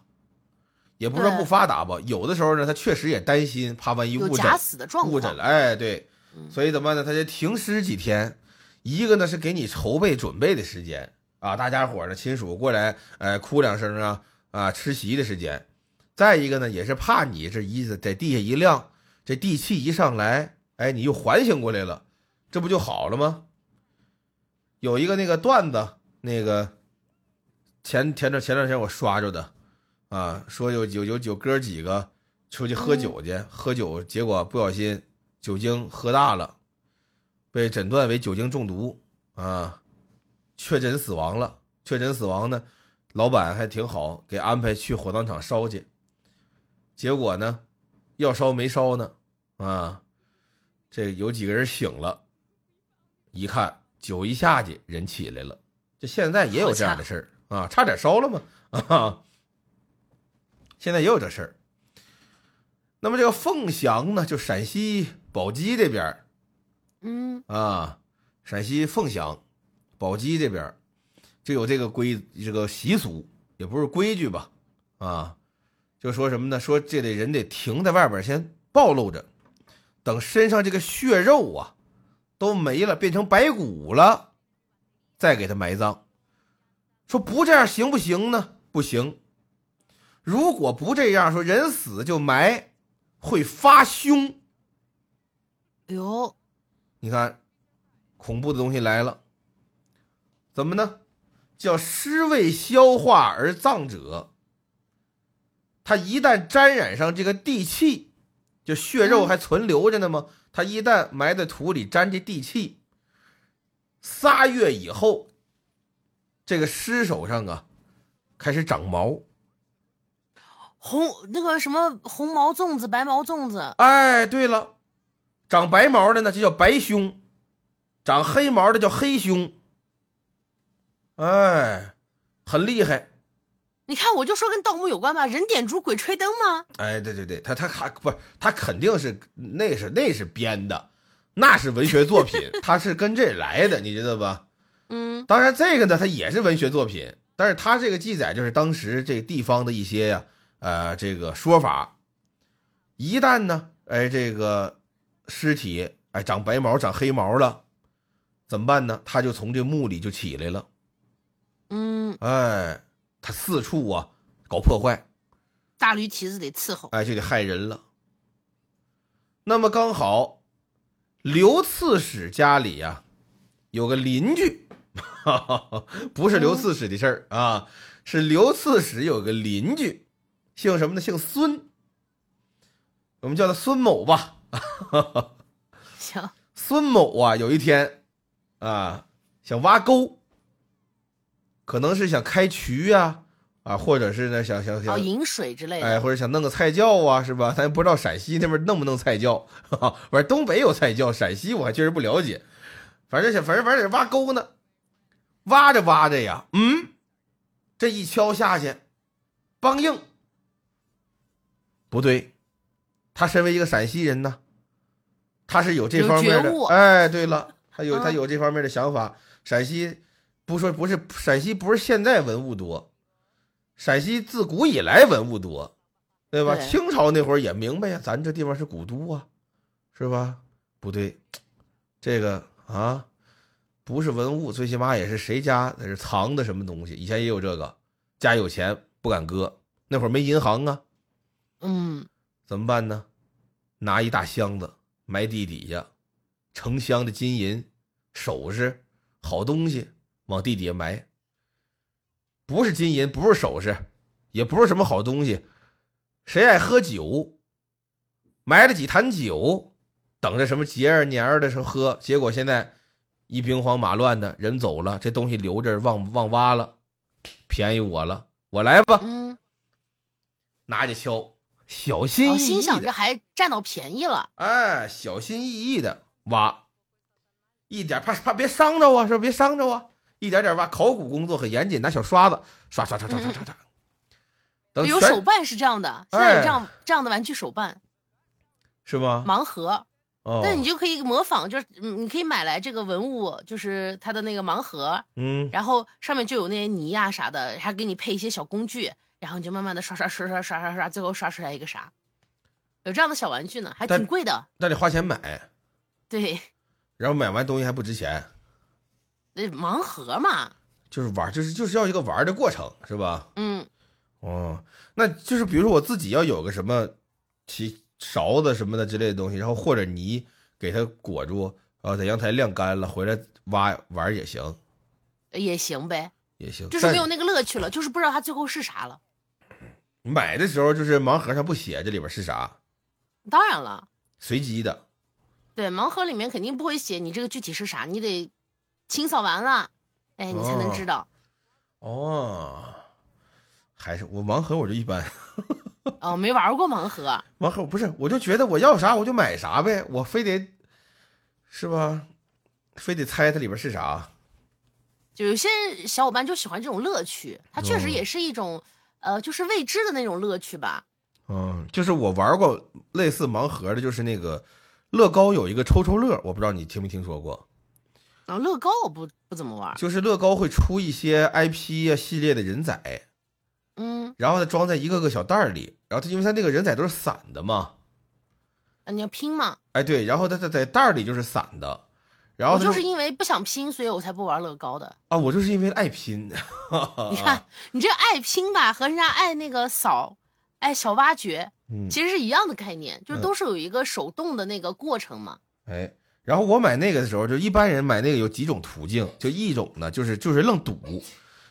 Speaker 2: 也不是说
Speaker 1: 对
Speaker 2: 不发达吧，有的时候呢，他确实也担心，怕万一
Speaker 1: 有
Speaker 2: 误诊
Speaker 1: 假死的状
Speaker 2: 误
Speaker 1: 况
Speaker 2: 诊。了，哎，对，
Speaker 1: 嗯
Speaker 2: 所以怎么办呢？他就停尸几天，一个呢是给你筹备准备的时间啊，大家伙儿呢亲属过来，呃，哭两声啊啊，吃席的时间。再一个呢，也是怕你这一在地下一晾，这地气一上来，哎，你又缓醒过来了，这不就好了吗？有一个那个段子，那个前前段前段时间我刷着的，啊，说有有有有哥几个出去喝酒去，喝酒结果不小心酒精喝大了，被诊断为酒精中毒啊，确诊死亡了。确诊死亡呢，老板还挺好，给安排去火葬场烧去。结果呢，要烧没烧呢，啊，这有几个人醒了，一看酒一下去，人起来了。这现在也有这样的事儿啊，差点烧了嘛啊，现在也有这事儿。那么这个凤翔呢，就陕西宝鸡这边儿
Speaker 1: 嗯，
Speaker 2: 啊，陕西凤翔、宝鸡这边儿就有这个规这个习俗，也不是规矩吧，啊，就说什么呢？说这得人得停在外边儿先暴露着，等身上这个血肉啊都没了，变成白骨了，再给他埋葬。说不这样行不行呢？不行。如果不这样，说人死就埋，会发凶。
Speaker 1: 哎呦，
Speaker 2: 你看，恐怖的东西来了，怎么呢？叫尸未消化而葬者，他一旦沾染上这个地气，就血肉还存留着呢吗？他一旦埋在土里沾这地气，仨月以后，这个尸首上啊开始长毛，
Speaker 1: 红那个什么红毛粽子、白毛粽子，
Speaker 2: 哎，对了，长白毛的呢，这叫白胸；长黑毛的叫黑胸。哎，很厉害。
Speaker 1: 你看我就说跟盗墓有关吧，人点烛鬼吹灯吗？
Speaker 2: 哎，对对对，他他他不是他肯定是那是那是编的，那是文学作品， 他是跟这来的，你知道吧？
Speaker 1: 嗯，
Speaker 2: 当然，这个呢，它也是文学作品，但是它这个记载就是当时这地方的一些呀、呃，这个说法。一旦呢，哎，这个尸体哎长白毛、长黑毛了，怎么办呢？他就从这墓里就起来了，
Speaker 1: 嗯，
Speaker 2: 哎，他四处啊搞破坏，
Speaker 1: 大驴蹄子得伺候。
Speaker 2: 哎，就得害人了。那么刚好，刘刺史家里呀、有个邻居，不是刘刺史的事儿啊，是刘刺史有个邻居，姓什么呢？姓孙，我们叫他孙某吧。
Speaker 1: 行，
Speaker 2: 孙某啊，有一天啊，想挖沟，可能是想开渠呀、啊，或者是呢，想想想
Speaker 1: 哦，饮水之类的。
Speaker 2: 哎，或者想弄个菜窖啊，是吧？咱也 不知道陕西那边弄不弄菜窖，哈哈，反正东北有菜窖，陕西我还确实不了解。反正想，反正反正得挖沟呢，挖着挖着呀，嗯，这一敲下去，梆硬，不对，他身为一个陕西人呢，他是有这
Speaker 1: 有
Speaker 2: 方面
Speaker 1: 觉
Speaker 2: 的
Speaker 1: 悟，
Speaker 2: 哎，对了，他有他
Speaker 1: 嗯
Speaker 2: 有这方面的想法。陕西不说不是陕西不是现在文物多，陕西自古以来文物多，对吧？
Speaker 1: 对
Speaker 2: 清朝那会儿也明白呀，咱这地方是古都啊，是吧？不对，这个啊，不是文物，最起码也是谁家在这藏的什么东西。以前也有这个，家有钱不敢搁，那会儿没银行啊，
Speaker 1: 嗯，
Speaker 2: 怎么办呢？拿一大箱子埋地底下，成箱的金银、首饰、好东西往地底下埋。不是金银，不是首饰，也不是什么好东西。谁爱喝酒，埋了几坛酒，等着什么节儿年儿的时候喝，结果现在一兵荒马乱的，人走了，这东西留着忘忘挖了，便宜我了，我来吧。
Speaker 1: 嗯，
Speaker 2: 拿着锹小
Speaker 1: 然
Speaker 2: 心
Speaker 1: 后
Speaker 2: 翼翼
Speaker 1: 哦心想
Speaker 2: 的
Speaker 1: 着，还占到便宜了，
Speaker 2: 哎，小心翼翼的挖，一点怕怕别伤着啊，是吧？别伤着啊，一点点挖，考古工作很严谨，拿小刷子刷刷刷刷刷刷刷，等
Speaker 1: 有
Speaker 2: 全
Speaker 1: 嗯
Speaker 2: 哎
Speaker 1: 手办是这样的，现在有这样这样的玩具手办
Speaker 2: 是吗？
Speaker 1: 盲盒，
Speaker 2: 哦，
Speaker 1: 那你就可以模仿，就是嗯你可以买来这个文物，就是它的那个盲盒，
Speaker 2: 嗯，
Speaker 1: 然后上面就有那些泥呀、啥的，还给你配一些小工具，然后你就慢慢的刷刷刷刷刷刷刷，最后刷出来一个啥，有这样的小玩具呢，还
Speaker 2: 但
Speaker 1: 挺贵的，
Speaker 2: 那得花钱买，
Speaker 1: 对，
Speaker 2: 然后买完东西还不值钱，
Speaker 1: 那呃盲盒嘛，
Speaker 2: 就是玩，就是就是要一个玩的过程，是吧？
Speaker 1: 嗯，
Speaker 2: 哦，那就是比如说我自己要有个什么其勺子什么的之类的东西，然后或者泥给它裹住，然后在阳台晾干了，回来挖玩儿也行，
Speaker 1: 也行呗，
Speaker 2: 也行。
Speaker 1: 就是
Speaker 2: 但
Speaker 1: 没有那个乐趣了，就是不知道它最后是啥了。
Speaker 2: 买的时候就是盲盒上不写这里边是啥，
Speaker 1: 当然了，
Speaker 2: 随机的。
Speaker 1: 对，盲盒里面肯定不会写你这个具体是啥，你得清扫完了，哎，你才能知道。
Speaker 2: 哦，还是我盲盒我就一般，
Speaker 1: 哦，没玩过盲盒，
Speaker 2: 盲盒不是我就觉得我要啥我就买啥呗，我非得是吧？非得猜它里边是啥？
Speaker 1: 就有些小伙伴就喜欢这种乐趣，它确
Speaker 2: 哦
Speaker 1: 实也是一种、呃，就是未知的那种乐趣吧。
Speaker 2: 嗯，就是我玩过类似盲盒的，就是那个乐高有一个抽抽乐，我不知道你听没听说过，
Speaker 1: 然哦后乐高我不不怎么玩，
Speaker 2: 就是乐高会出一些 IP 啊系列的人仔，
Speaker 1: 嗯，
Speaker 2: 然后它装在一个个小袋儿里，然后它因为它那个人仔都是散的嘛，
Speaker 1: 你要拼嘛？
Speaker 2: 哎对，然后它它在袋儿里就是散的，然后
Speaker 1: 我
Speaker 2: 它
Speaker 1: 就是因为不想拼，所以我才不玩乐高的。
Speaker 2: 啊，我就是因为爱拼，啊
Speaker 1: 你看，你这爱拼吧，和人家爱那个扫，爱小挖掘，
Speaker 2: 嗯，
Speaker 1: 其实是一样的概念，就是
Speaker 2: 嗯
Speaker 1: 都是有一个手动的那个过程嘛。
Speaker 2: 哎，然后我买那个的时候，就一般人买那个有几种途径，就一种呢，就是就是愣赌，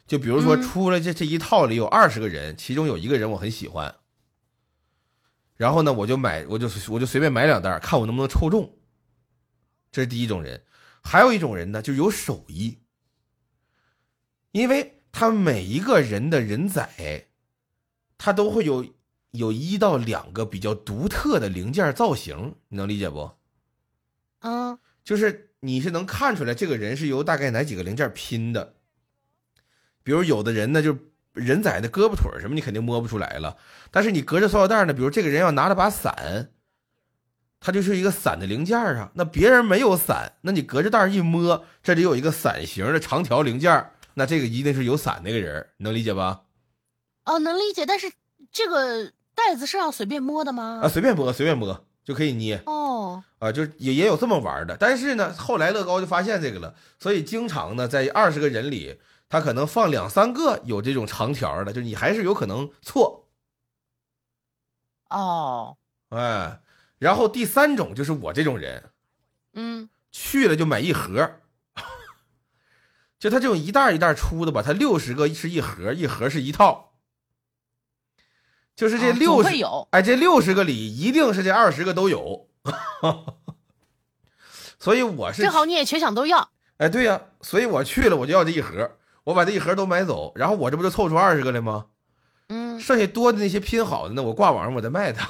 Speaker 2: 就比如说
Speaker 1: 嗯
Speaker 2: 出了这这一套里有二十个人，其中有一个人我很喜欢，然后呢，我就买，我就我就随便买两袋儿，看我能不能抽中，这是第一种人。还有一种人呢，就是有手艺，因为他每一个人的人仔，他都会有有一到两个比较独特的零件造型，你能理解不？
Speaker 1: 嗯，
Speaker 2: 就是你是能看出来这个人是由大概哪几个零件拼的。比如有的人呢，就人仔的胳膊腿儿什么，你肯定摸不出来了。但是你隔着塑料袋呢，比如这个人要拿着把伞，它就是一个伞的零件儿啊。那别人没有伞，那你隔着袋儿一摸，这里有一个伞形的长条零件儿，那这个一定是有伞那个人儿，你能理解吧？
Speaker 1: 哦，能理解，但是这个袋子是让随便摸的吗？
Speaker 2: 啊，随便摸，随便摸就可以捏。
Speaker 1: 哦，
Speaker 2: 啊，就是也也有这么玩儿的，但是呢，后来乐高就发现这个了，所以经常呢，在二十个人里，他可能放两三个有这种长条儿的，就是你还是有可能错，
Speaker 1: 哦，
Speaker 2: 哎。然后第三种就是我这种人，
Speaker 1: 嗯，
Speaker 2: 去了就买一盒儿，就他这种一袋儿一袋儿出的吧，他六十个是一盒儿，一盒儿是一套，就是这
Speaker 1: 啊总
Speaker 2: 六
Speaker 1: 会
Speaker 2: 十、
Speaker 1: 有，
Speaker 2: 哎，这六十个里一定是这二十个都有， 所以我是
Speaker 1: 正好你也全想都要，
Speaker 2: 哎，对呀、所以我去了，我就要这一盒，我把这一盒都买走，然后我这不就凑出二十个来吗？
Speaker 1: 嗯，
Speaker 2: 剩下多的那些拼好的呢，我挂网上我再卖它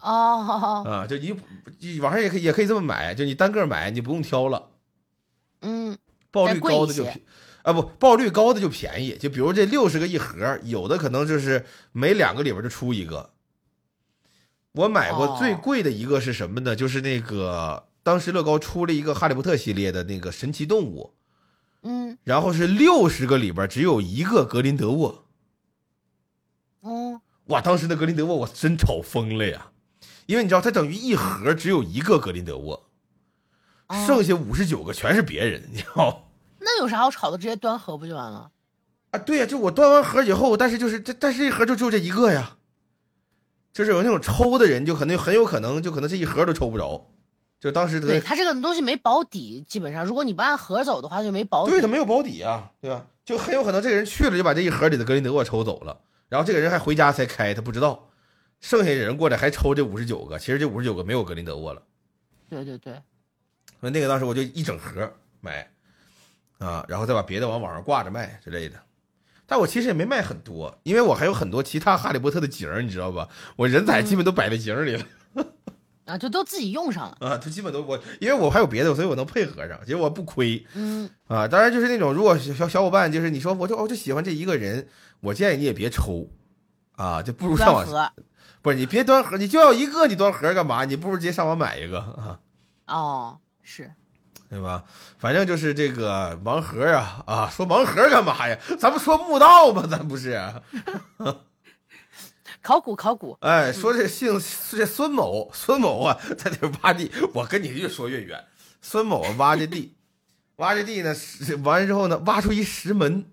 Speaker 1: 哦，
Speaker 2: 啊，就你你网上也可以也可以这么买，就你单个买，你不用挑了，
Speaker 1: 嗯，
Speaker 2: 报
Speaker 1: 再
Speaker 2: 率
Speaker 1: 贵
Speaker 2: 高
Speaker 1: 一
Speaker 2: 的
Speaker 1: 些
Speaker 2: 就便啊不，报率高的就便宜，就比如这六十个一盒，有的可能就是每两个里边就出一个。我买过最
Speaker 1: 哦
Speaker 2: 贵的一个是什么呢？就是那个当时乐高出了一个哈利波特系列的那个神奇动物，
Speaker 1: 嗯，
Speaker 2: 然后是六十个里边只有一个格林德沃，
Speaker 1: 哦，
Speaker 2: 哇！当时的格林德沃我真炒疯了呀，因为你知道它等于一盒只有一个格林德沃，
Speaker 1: 哦
Speaker 2: 剩下五十九个全是别人，你知道吗
Speaker 1: 那有啥好吵的？直接端盒不就完了？
Speaker 2: 啊？对呀、就我端完盒以后，但是就是这，但是一盒就只有这一个呀，就是有那种抽的人就可能很有可能就可能这一盒都抽不着，就当时
Speaker 1: 对，
Speaker 2: 的
Speaker 1: 它这个东西没保底，基本上如果你不按盒走的话就没保底
Speaker 2: 对，他没有保底啊，对吧？就很有可能这个人去了就把这一盒里的格林德沃抽走了，然后这个人还回家才开，他不知道。剩下人过来还抽这五十九个，其实这五十九个没有格林德沃了。
Speaker 1: 对对对，
Speaker 2: 所以那个当时我就一整盒买，啊，然后再把别的往网上挂着卖之类的。但我其实也没卖很多，因为我还有很多其他哈利波特的景儿，你知道吧？我人仔基本都摆在景儿里了、
Speaker 1: 啊，就都自己用上了。
Speaker 2: 啊，就基本都我，因为我还有别的，所以我能配合上，结果不亏
Speaker 1: 嗯，
Speaker 2: 啊。当然就是那种，如果小小小伙伴就是你说我就哦就喜欢这一个人，我建议你也别抽，啊，就不如上
Speaker 1: 装
Speaker 2: 网
Speaker 1: 盒
Speaker 2: 不是你别端盒，你就要一个，你端盒干嘛？你不如直接上网买一个啊，
Speaker 1: 哦，是
Speaker 2: 对吧？反正就是这个盲盒啊啊，说盲盒干嘛呀？咱不说墓道吗？咱不是？
Speaker 1: 考古考古，
Speaker 2: 哎，说这姓这孙某，孙某啊，在这挖地，我跟你越说越远。孙某啊，挖这地，挖这地呢，是完了之后呢，挖出一石门，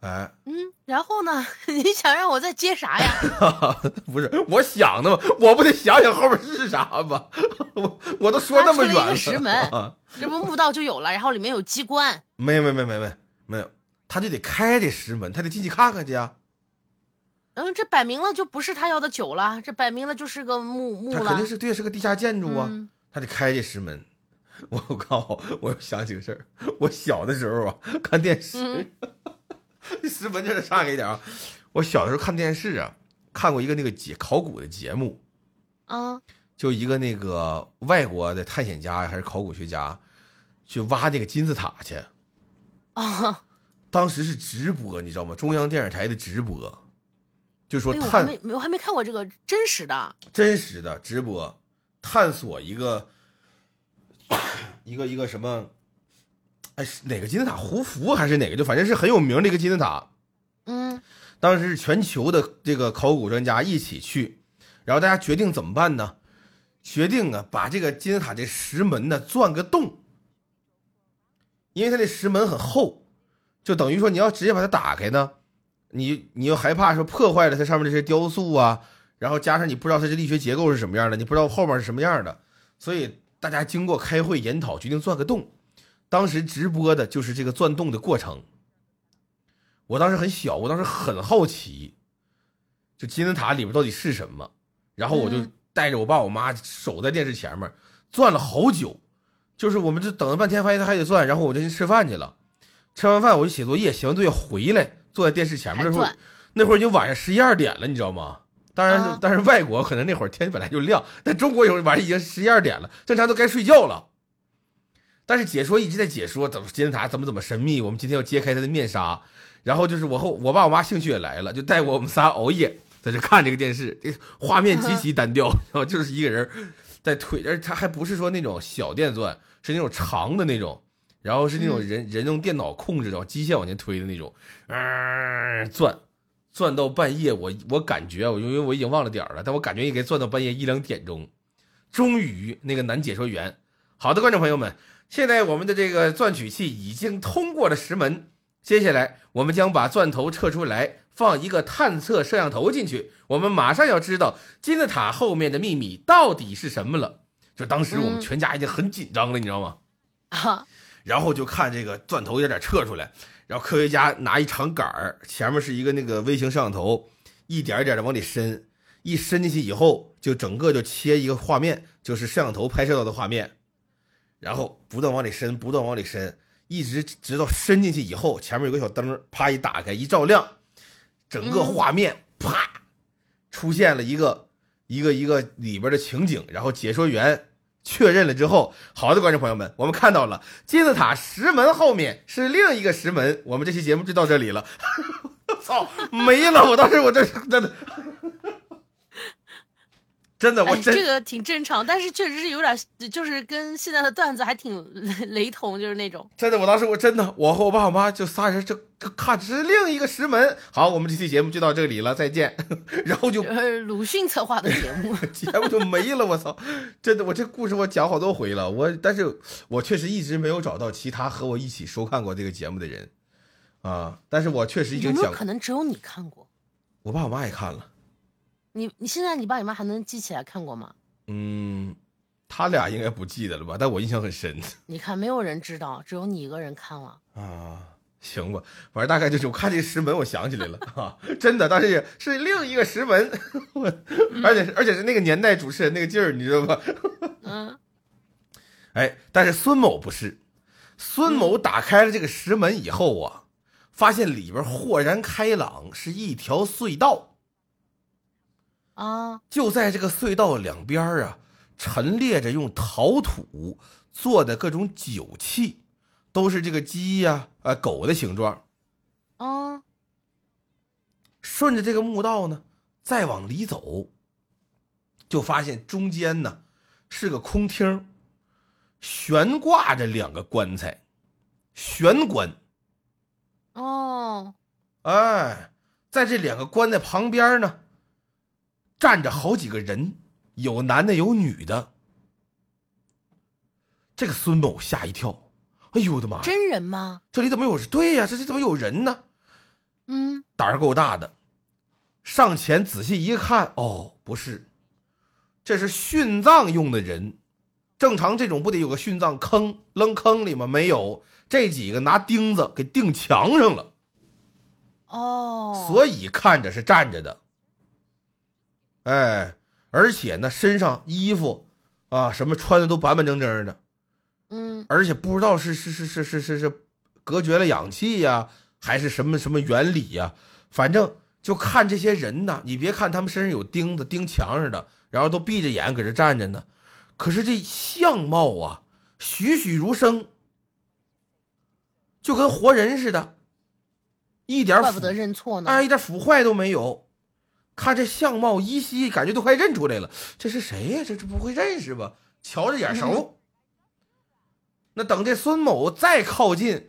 Speaker 2: 哎，
Speaker 1: 嗯，然后呢？ 你想让我再接啥呀？
Speaker 2: 不是我想的嘛，我不得想想后面是啥吗？ 我我都说那么远
Speaker 1: 挖出了一个石门
Speaker 2: 啊
Speaker 1: 这不墓道就有了，然后里面有机关
Speaker 2: 没有没有没有没有没有，他就得开这石门，他得进去看看去啊。
Speaker 1: 嗯，这摆明了就不是他要的酒了，这摆明了就是个墓墓
Speaker 2: 他
Speaker 1: 了。
Speaker 2: 肯定是对，是个地下建筑啊，
Speaker 1: 嗯
Speaker 2: 他得开这石门。 我靠！我又想起个事儿，我小的时候啊，看电视，
Speaker 1: 嗯
Speaker 2: 石 门这儿岔开一点啊。我小的时候看电视啊，看过一个那个节考古的节目，
Speaker 1: 啊，
Speaker 2: 就一个那个外国的探险家呀还是考古学家，去挖那个金字塔去。
Speaker 1: 哦，
Speaker 2: 当时是直播，你知道吗？中央电视台的直播，就说
Speaker 1: 哎呦，我还
Speaker 2: 探、
Speaker 1: 没没我还没看过这个真实的，
Speaker 2: 真实的直播，探索一个一个一个什么，哎，是哪个金字塔？胡佛还是哪个？就反正是很有名的一个金字塔。
Speaker 1: 嗯
Speaker 2: 当时是全球的这个考古专家一起去，然后大家决定怎么办呢？决定啊，把这个金字塔这石门呢钻个洞，因为它这石门很厚，就等于说你要直接把它打开呢，你你又害怕说破坏了它上面这些雕塑啊，然后加上你不知道它这力学结构是什么样的，你不知道后面是什么样的，所以大家经过开会研讨，决定钻个洞。当时直播的就是这个钻洞的过程。我当时很小，我当时很好奇，就金字塔里边到底是什么。然后我就
Speaker 1: 嗯
Speaker 2: 带着我爸我妈守在电视前面，钻了好久，就是我们这等了半天，发现它还得钻，然后我就去吃饭去了。吃完饭我就写作业，写完作业回来，坐在电视前面的时候
Speaker 1: 还钻，
Speaker 2: 那会儿已经晚上十一二点了，你知道吗？当然，
Speaker 1: 啊
Speaker 2: 但是外国可能那会儿天本来就亮， 但中国有时候晚上已经十一二点了，正常都该睡觉了。但是解说一直在解说怎么金字塔怎么怎么神秘，我们今天要揭开它的面纱。然后就是我后我爸我妈兴趣也来了，就带我我们仨熬夜在这看这个电视，这画面极其单调， 然后就是一个人在推，而且他还不是说那种小电钻，是那种长的那种，然后是那种
Speaker 1: 嗯
Speaker 2: 人、人用电脑控制的，机械往前推的那种，啊、钻。钻到半夜，我我感觉啊我因为我已经忘了点儿了，但我感觉应该钻到半夜一两点钟，终于那个男解说员，好的，观众朋友们，现在我们的这个钻取器已经通过了石门，接下来我们将把钻头撤出来，放一个探测摄像头进去，我们马上要知道金字塔后面的秘密到底是什么了。就当时我们
Speaker 1: 嗯
Speaker 2: 全家已经很紧张了，你知道吗？
Speaker 1: 啊，
Speaker 2: 然后就看这个钻头有点撤出来，然后科学家拿一长杆儿，前面是一个那个微型摄像头，一点一点的往里伸，一伸进去以后，就整个就切一个画面，就是摄像头拍摄到的画面，然后不断往里伸，不断往里伸，一直直到伸进去以后，前面有个小灯儿，啪一打开一照亮，整个画面啪出现了一个一个一个里边的情景，然后解说员确认了之后，好的，观众朋友们，我们看到了金字塔石门后面是另一个石门，我们这期节目就到这里了。 操，没了！我当时我这真的，真的，我
Speaker 1: 哎，
Speaker 2: 真、
Speaker 1: 这个挺正常，但是确实是有点，就是跟现在的段子还挺雷同，就是那种
Speaker 2: 真的，我当时我真的，我和我爸我妈就仨人，这这看这是另一个石门。好，我们这期节目就到这里了，再见。 然后就
Speaker 1: 呃鲁迅策划的节 目
Speaker 2: 节目就没了，我操！ 真的，我这故事我讲好多回了，我但是我确实一直没有找到其他和我一起收看过这个节目的人啊，但是我确实已
Speaker 1: 有
Speaker 2: 经
Speaker 1: 没有
Speaker 2: 讲，
Speaker 1: 可能只有你看过？
Speaker 2: 我爸我妈也看了，
Speaker 1: 你你现在你爸你妈还能记起来看过吗？
Speaker 2: 嗯，他俩应该不记得了吧？但我印象 很深
Speaker 1: 你看，没有人知道，只有你一个人看了。
Speaker 2: 啊。行吧，反正大概就是我看这石门，我想起来了啊， 真的，当时也是另一个石门， 我而且是而且是那个年代主持人那个劲儿，你知道吧？
Speaker 1: 嗯，
Speaker 2: 哎，但是孙某不是，孙某打开了这个石门以后啊，发现里边豁然开朗，是一条隧道。
Speaker 1: 啊，
Speaker 2: 就在这个隧道两边儿啊，陈列着用陶土做的各种酒器，都是这个鸡呀、啊、狗的形状。
Speaker 1: 啊，
Speaker 2: 顺着这个墓道呢，再往里走，就发现中间呢是个空厅，悬挂着两个棺材，悬棺。
Speaker 1: 哦，
Speaker 2: 哎，在这两个棺材旁边呢，站着好几个人，有男的有女的。这个孙某吓一跳，哎呦我的妈呀！
Speaker 1: 真人吗？
Speaker 2: 这里怎么有？对呀、这这怎么有人呢？
Speaker 1: 嗯，
Speaker 2: 胆儿够大的，上前仔细一看，哦，不是，这是殉葬用的人。正常这种不得有个殉葬坑扔坑里吗？没有，这几个拿钉子给钉墙上了，
Speaker 1: 哦，
Speaker 2: 所以看着是站着的。哎，而且呢，身上衣服啊什么穿的都板板正正的，
Speaker 1: 嗯
Speaker 2: 而且不知道是是是是是是是隔绝了氧气呀、还是什么什么原理呀、反正就看这些人呐，你别看他们身上有钉子钉墙上的，然后都闭着眼搁这站着呢，可是这相貌啊，栩栩如生，就跟活人似的，一点
Speaker 1: 怪不
Speaker 2: 腐
Speaker 1: 得认错呢。
Speaker 2: 哎，一点腐坏都没有。看这相貌依稀，感觉都快认出来了，这是谁呀、这这不会认识吧？瞧着眼熟。那等这孙某再靠近，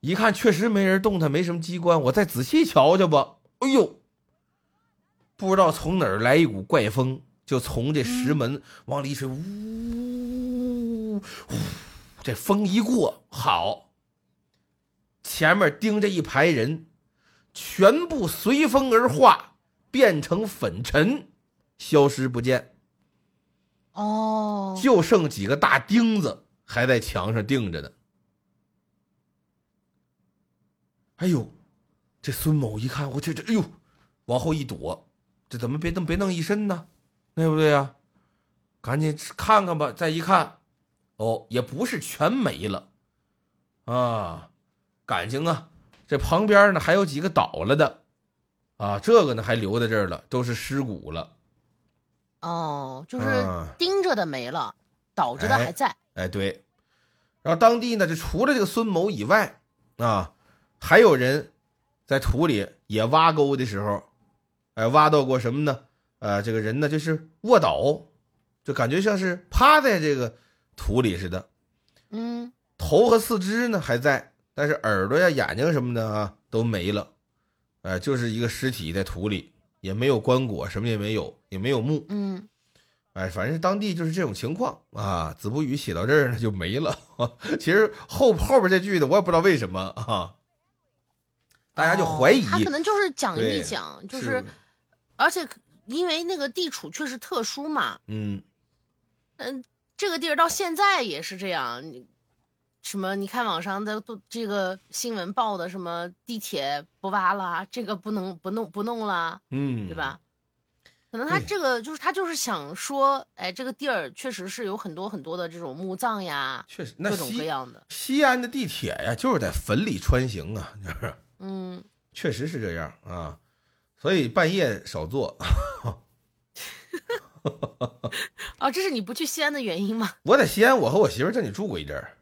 Speaker 2: 一看确实没人动弹，没什么机关，我再仔细瞧瞧吧。哎呦，不知道从哪儿来一股怪风，就从这石门往里一吹，呜，呼这风一过，好，前面盯着一排人，全部随风而化，变成粉尘，消失不见，
Speaker 1: 哦，
Speaker 2: 就剩几个大钉子还在墙上钉着呢。哎呦，这孙某一看，我去这，哎呦，往后一躲，这怎么别弄别弄一身呢？对不对呀、啊赶紧看看吧，再一看，哦，也不是全没了，啊，感情啊，这旁边呢还有几个倒了的，啊，这个呢还留在这儿了，都是尸骨了。
Speaker 1: 哦，就是
Speaker 2: 嗯
Speaker 1: 盯着的没了，倒着的
Speaker 2: 哎
Speaker 1: 还在。
Speaker 2: 哎，对。然后当地呢，就除了这个孙某以外，啊，还有人在土里也挖沟的时候，哎，挖到过什么呢？呃，这个人呢就是卧倒，就感觉像是趴在这个土里似的，
Speaker 1: 嗯，
Speaker 2: 头和四肢呢还在，但是耳朵呀、眼睛什么的啊都没了，哎、就是一个尸体在土里，也没有棺椁，什么也没有，也没有墓，
Speaker 1: 嗯，
Speaker 2: 哎，反正当地就是这种情况啊。子不语写到这儿呢就没了。 其实后后边这句呢，我也不知道为什么啊，大家就
Speaker 1: 哦
Speaker 2: 怀疑、
Speaker 1: 他可能就是讲
Speaker 2: 对
Speaker 1: 一讲，就是而且因为那个地处确实特殊嘛，
Speaker 2: 嗯，
Speaker 1: 嗯，这个地儿到现在也是这样。你什么？你看网上的都这个新闻报的什么地铁不挖啦，这个不能不弄不弄啦，
Speaker 2: 嗯，
Speaker 1: 对？吧？可能他
Speaker 2: 对
Speaker 1: 这个就是他就是想说，哎，这个地儿确实是有很多很多的这种墓葬呀，
Speaker 2: 确实，那
Speaker 1: 各种各
Speaker 2: 西
Speaker 1: 样的。
Speaker 2: 西安的地铁呀、就是在坟里穿行啊，就是
Speaker 1: 嗯，
Speaker 2: 确实是这样啊。所以半夜少坐，
Speaker 1: 哦，这是你不去西安的原因吗？
Speaker 2: 我在西安，我和我媳妇儿正经住过一阵儿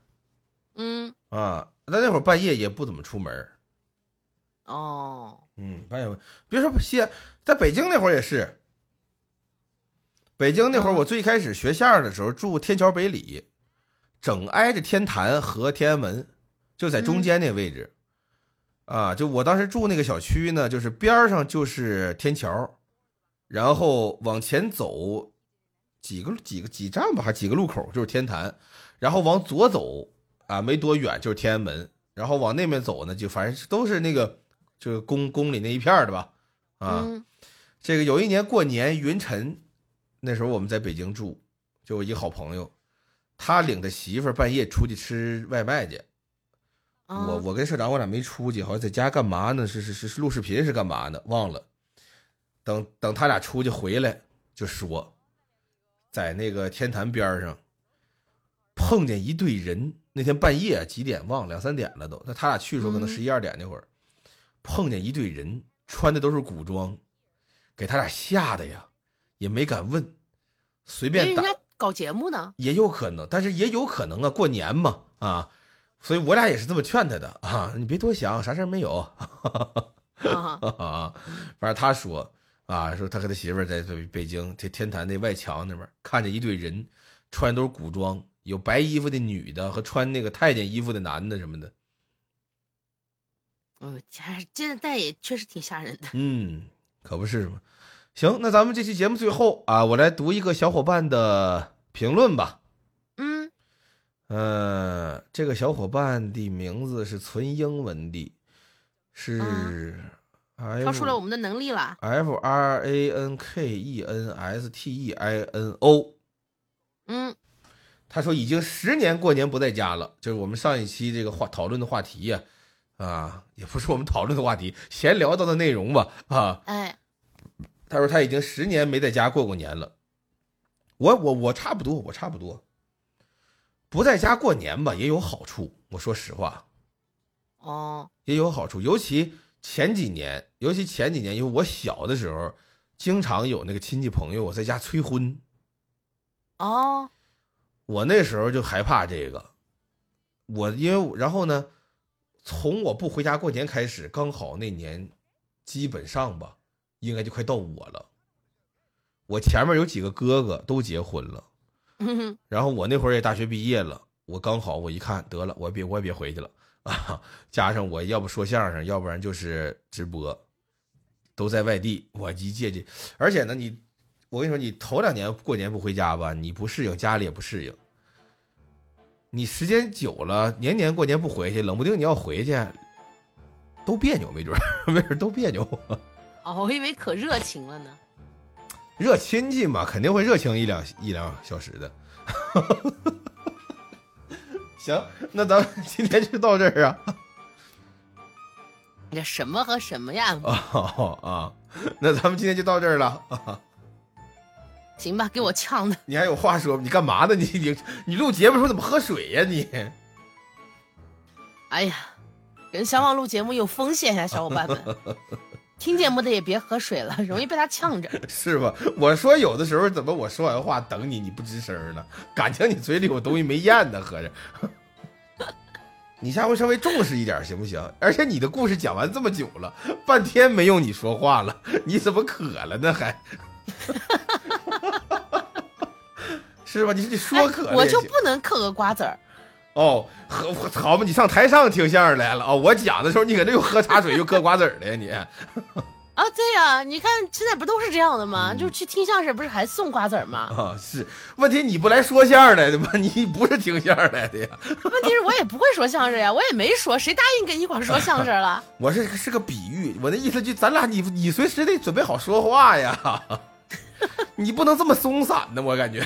Speaker 1: 嗯，
Speaker 2: 啊，但那会儿半夜也不怎么出门儿。
Speaker 1: 哦，
Speaker 2: 嗯，半夜别说西安，在北京那会儿也是。北京那会儿，
Speaker 1: 嗯
Speaker 2: 我最开始学相声的时候住天桥北里，整挨着天坛和天安门，就在中间那位置。啊，就我当时住那个小区呢，就是边儿上就是天桥，然后往前走几个几个几站吧，还几个路口就是天坛，然后往左走啊，没多远就是天安门，然后往那边走呢，就反正都是那个就是宫宫里那一片儿的吧，啊，
Speaker 1: 嗯
Speaker 2: 这个有一年过年，云晨那时候我们在北京住，就我一个好朋友，他领着媳妇儿半夜出去吃外卖去，
Speaker 1: 啊
Speaker 2: 我我跟社长我俩没出去，好像在家干嘛呢？是是是是录视频是干嘛呢？忘了。等等他俩出去回来就说，在那个天坛边儿上碰啊见一队人。那天半夜几点忘了，两三点了都。那他俩去的时候可能
Speaker 1: 嗯
Speaker 2: 十一二点那会儿，碰见一队人，穿的都是古装，给他俩吓得呀，也没敢问，随
Speaker 1: 因为
Speaker 2: 便打
Speaker 1: 人。家搞节目呢，
Speaker 2: 也有可能，但是也有可能啊，过年嘛啊，所以我俩也是这么劝他的啊，你别多想，啥事儿没有
Speaker 1: 啊，
Speaker 2: 啊。反正他说啊，说他和他媳妇儿在北北京这天坛那外墙那边儿看见一队人，穿的都是古装，有白衣服的女的和穿那个太监衣服的男的什么的。
Speaker 1: 嗯，还是现在也确实挺吓人的。
Speaker 2: 嗯，可不是嘛。行，那咱们这期节目最后啊，我来读一个小伙伴的评论吧。
Speaker 1: 嗯，
Speaker 2: 呃，这个小伙伴的名字是纯英文的，是 F
Speaker 1: 超出了我们的能力了。
Speaker 2: F R A N K E N S T E I N O。
Speaker 1: 嗯
Speaker 2: 他说已经十年过年不在家了，就是我们上一期这个话讨论的话题呀、啊，也不是我们讨论的话题，闲聊到的内容吧，啊，
Speaker 1: 哎，
Speaker 2: 他说他已经十年没在家过过年了，我我我差不多，我差不多，不在家过年吧也有好处，我说实话，
Speaker 1: 哦，
Speaker 2: 也有好处，尤其前几年，尤其前几年，因为我小的时候，经常有那个亲戚朋友我在家催婚，
Speaker 1: 哦，
Speaker 2: 我那时候就害怕这个。我因为我然后呢，从我不回家过年开始，刚好那年基本上吧，应该就快到我了。我前面有几个哥哥都结婚了，
Speaker 1: 嗯哼
Speaker 2: 然后我那会儿也大学毕业了，我刚好我一看得了，我也别我也别回去了啊！加上我要不说相声，要不然就是直播，都在外地，我一借借。而且呢，你我跟你说，你头两年过年不回家吧，你不适应，家里也不适应。你时间久了，年年过年不回去，冷不丁你要回去，都别扭，没准儿 没准儿都别扭。
Speaker 1: 哦，我以为可热情了呢。
Speaker 2: 热亲戚嘛，肯定会热情一两一两小时的。 行，那咱们今天就到这儿啊
Speaker 1: 你这什么和什么呀？
Speaker 2: 啊啊！那咱们今天就到这儿了、啊
Speaker 1: 行吧，给我呛的。
Speaker 2: 你还有话说吗？你干嘛呢？你你你录节目的时候怎么喝水呀、你
Speaker 1: 哎呀，人想往录节目有风险呀、小伙伴 们。听节目的也别喝水了，容易被他呛 着。
Speaker 2: 是吧？ 我说有的时候怎么我说完话等你你不吱声儿呢？感情你嘴里有东西没咽呢，合着。 你下回稍微重视一点行不行？而且你的故事讲完这么久了，半天没用你说话了，你怎么渴了呢？还， 是吧？你说你
Speaker 1: 哎
Speaker 2: 说渴了、
Speaker 1: 我就不能嗑个瓜子儿。
Speaker 2: 哦，喝好吧，你上台上听相声来了哦。我讲的时候，你搁这又喝茶水又嗑瓜子儿的呀你。
Speaker 1: 啊，对呀、你看现在不都是这样的吗？就是去听相声，不是还送瓜子儿 吗？
Speaker 2: 啊，是问题，你不来说相声来的吗？你不是听相声来的呀？
Speaker 1: 问题是我也不会说相声呀，我也没说，谁答应跟你一块儿说相声了？
Speaker 2: 我是是个比喻，我那意思就咱俩你你随时得准备好说话 呀，你不能这么松散的，我感觉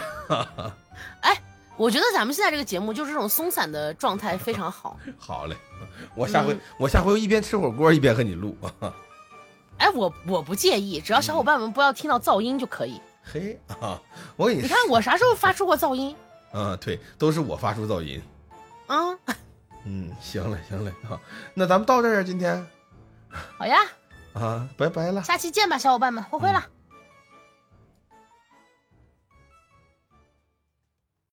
Speaker 1: 我觉得咱们现在这个节目就是这种松散的状态非常好。
Speaker 2: 好嘞，我下回、
Speaker 1: 嗯
Speaker 2: 我下回一边吃火锅一边和你录。
Speaker 1: 哎，我我不介意，只要小伙伴们不要听到噪音就可以。
Speaker 2: 嘿啊，我给你
Speaker 1: 你看我啥时候发出过噪音？
Speaker 2: 啊，对，都是我发出噪音。
Speaker 1: 啊，
Speaker 2: 嗯，行嘞，行嘞啊，那咱们到这儿啊今天
Speaker 1: 好呀，
Speaker 2: 啊，拜拜了。
Speaker 1: 下期见吧，小伙伴们，后会了。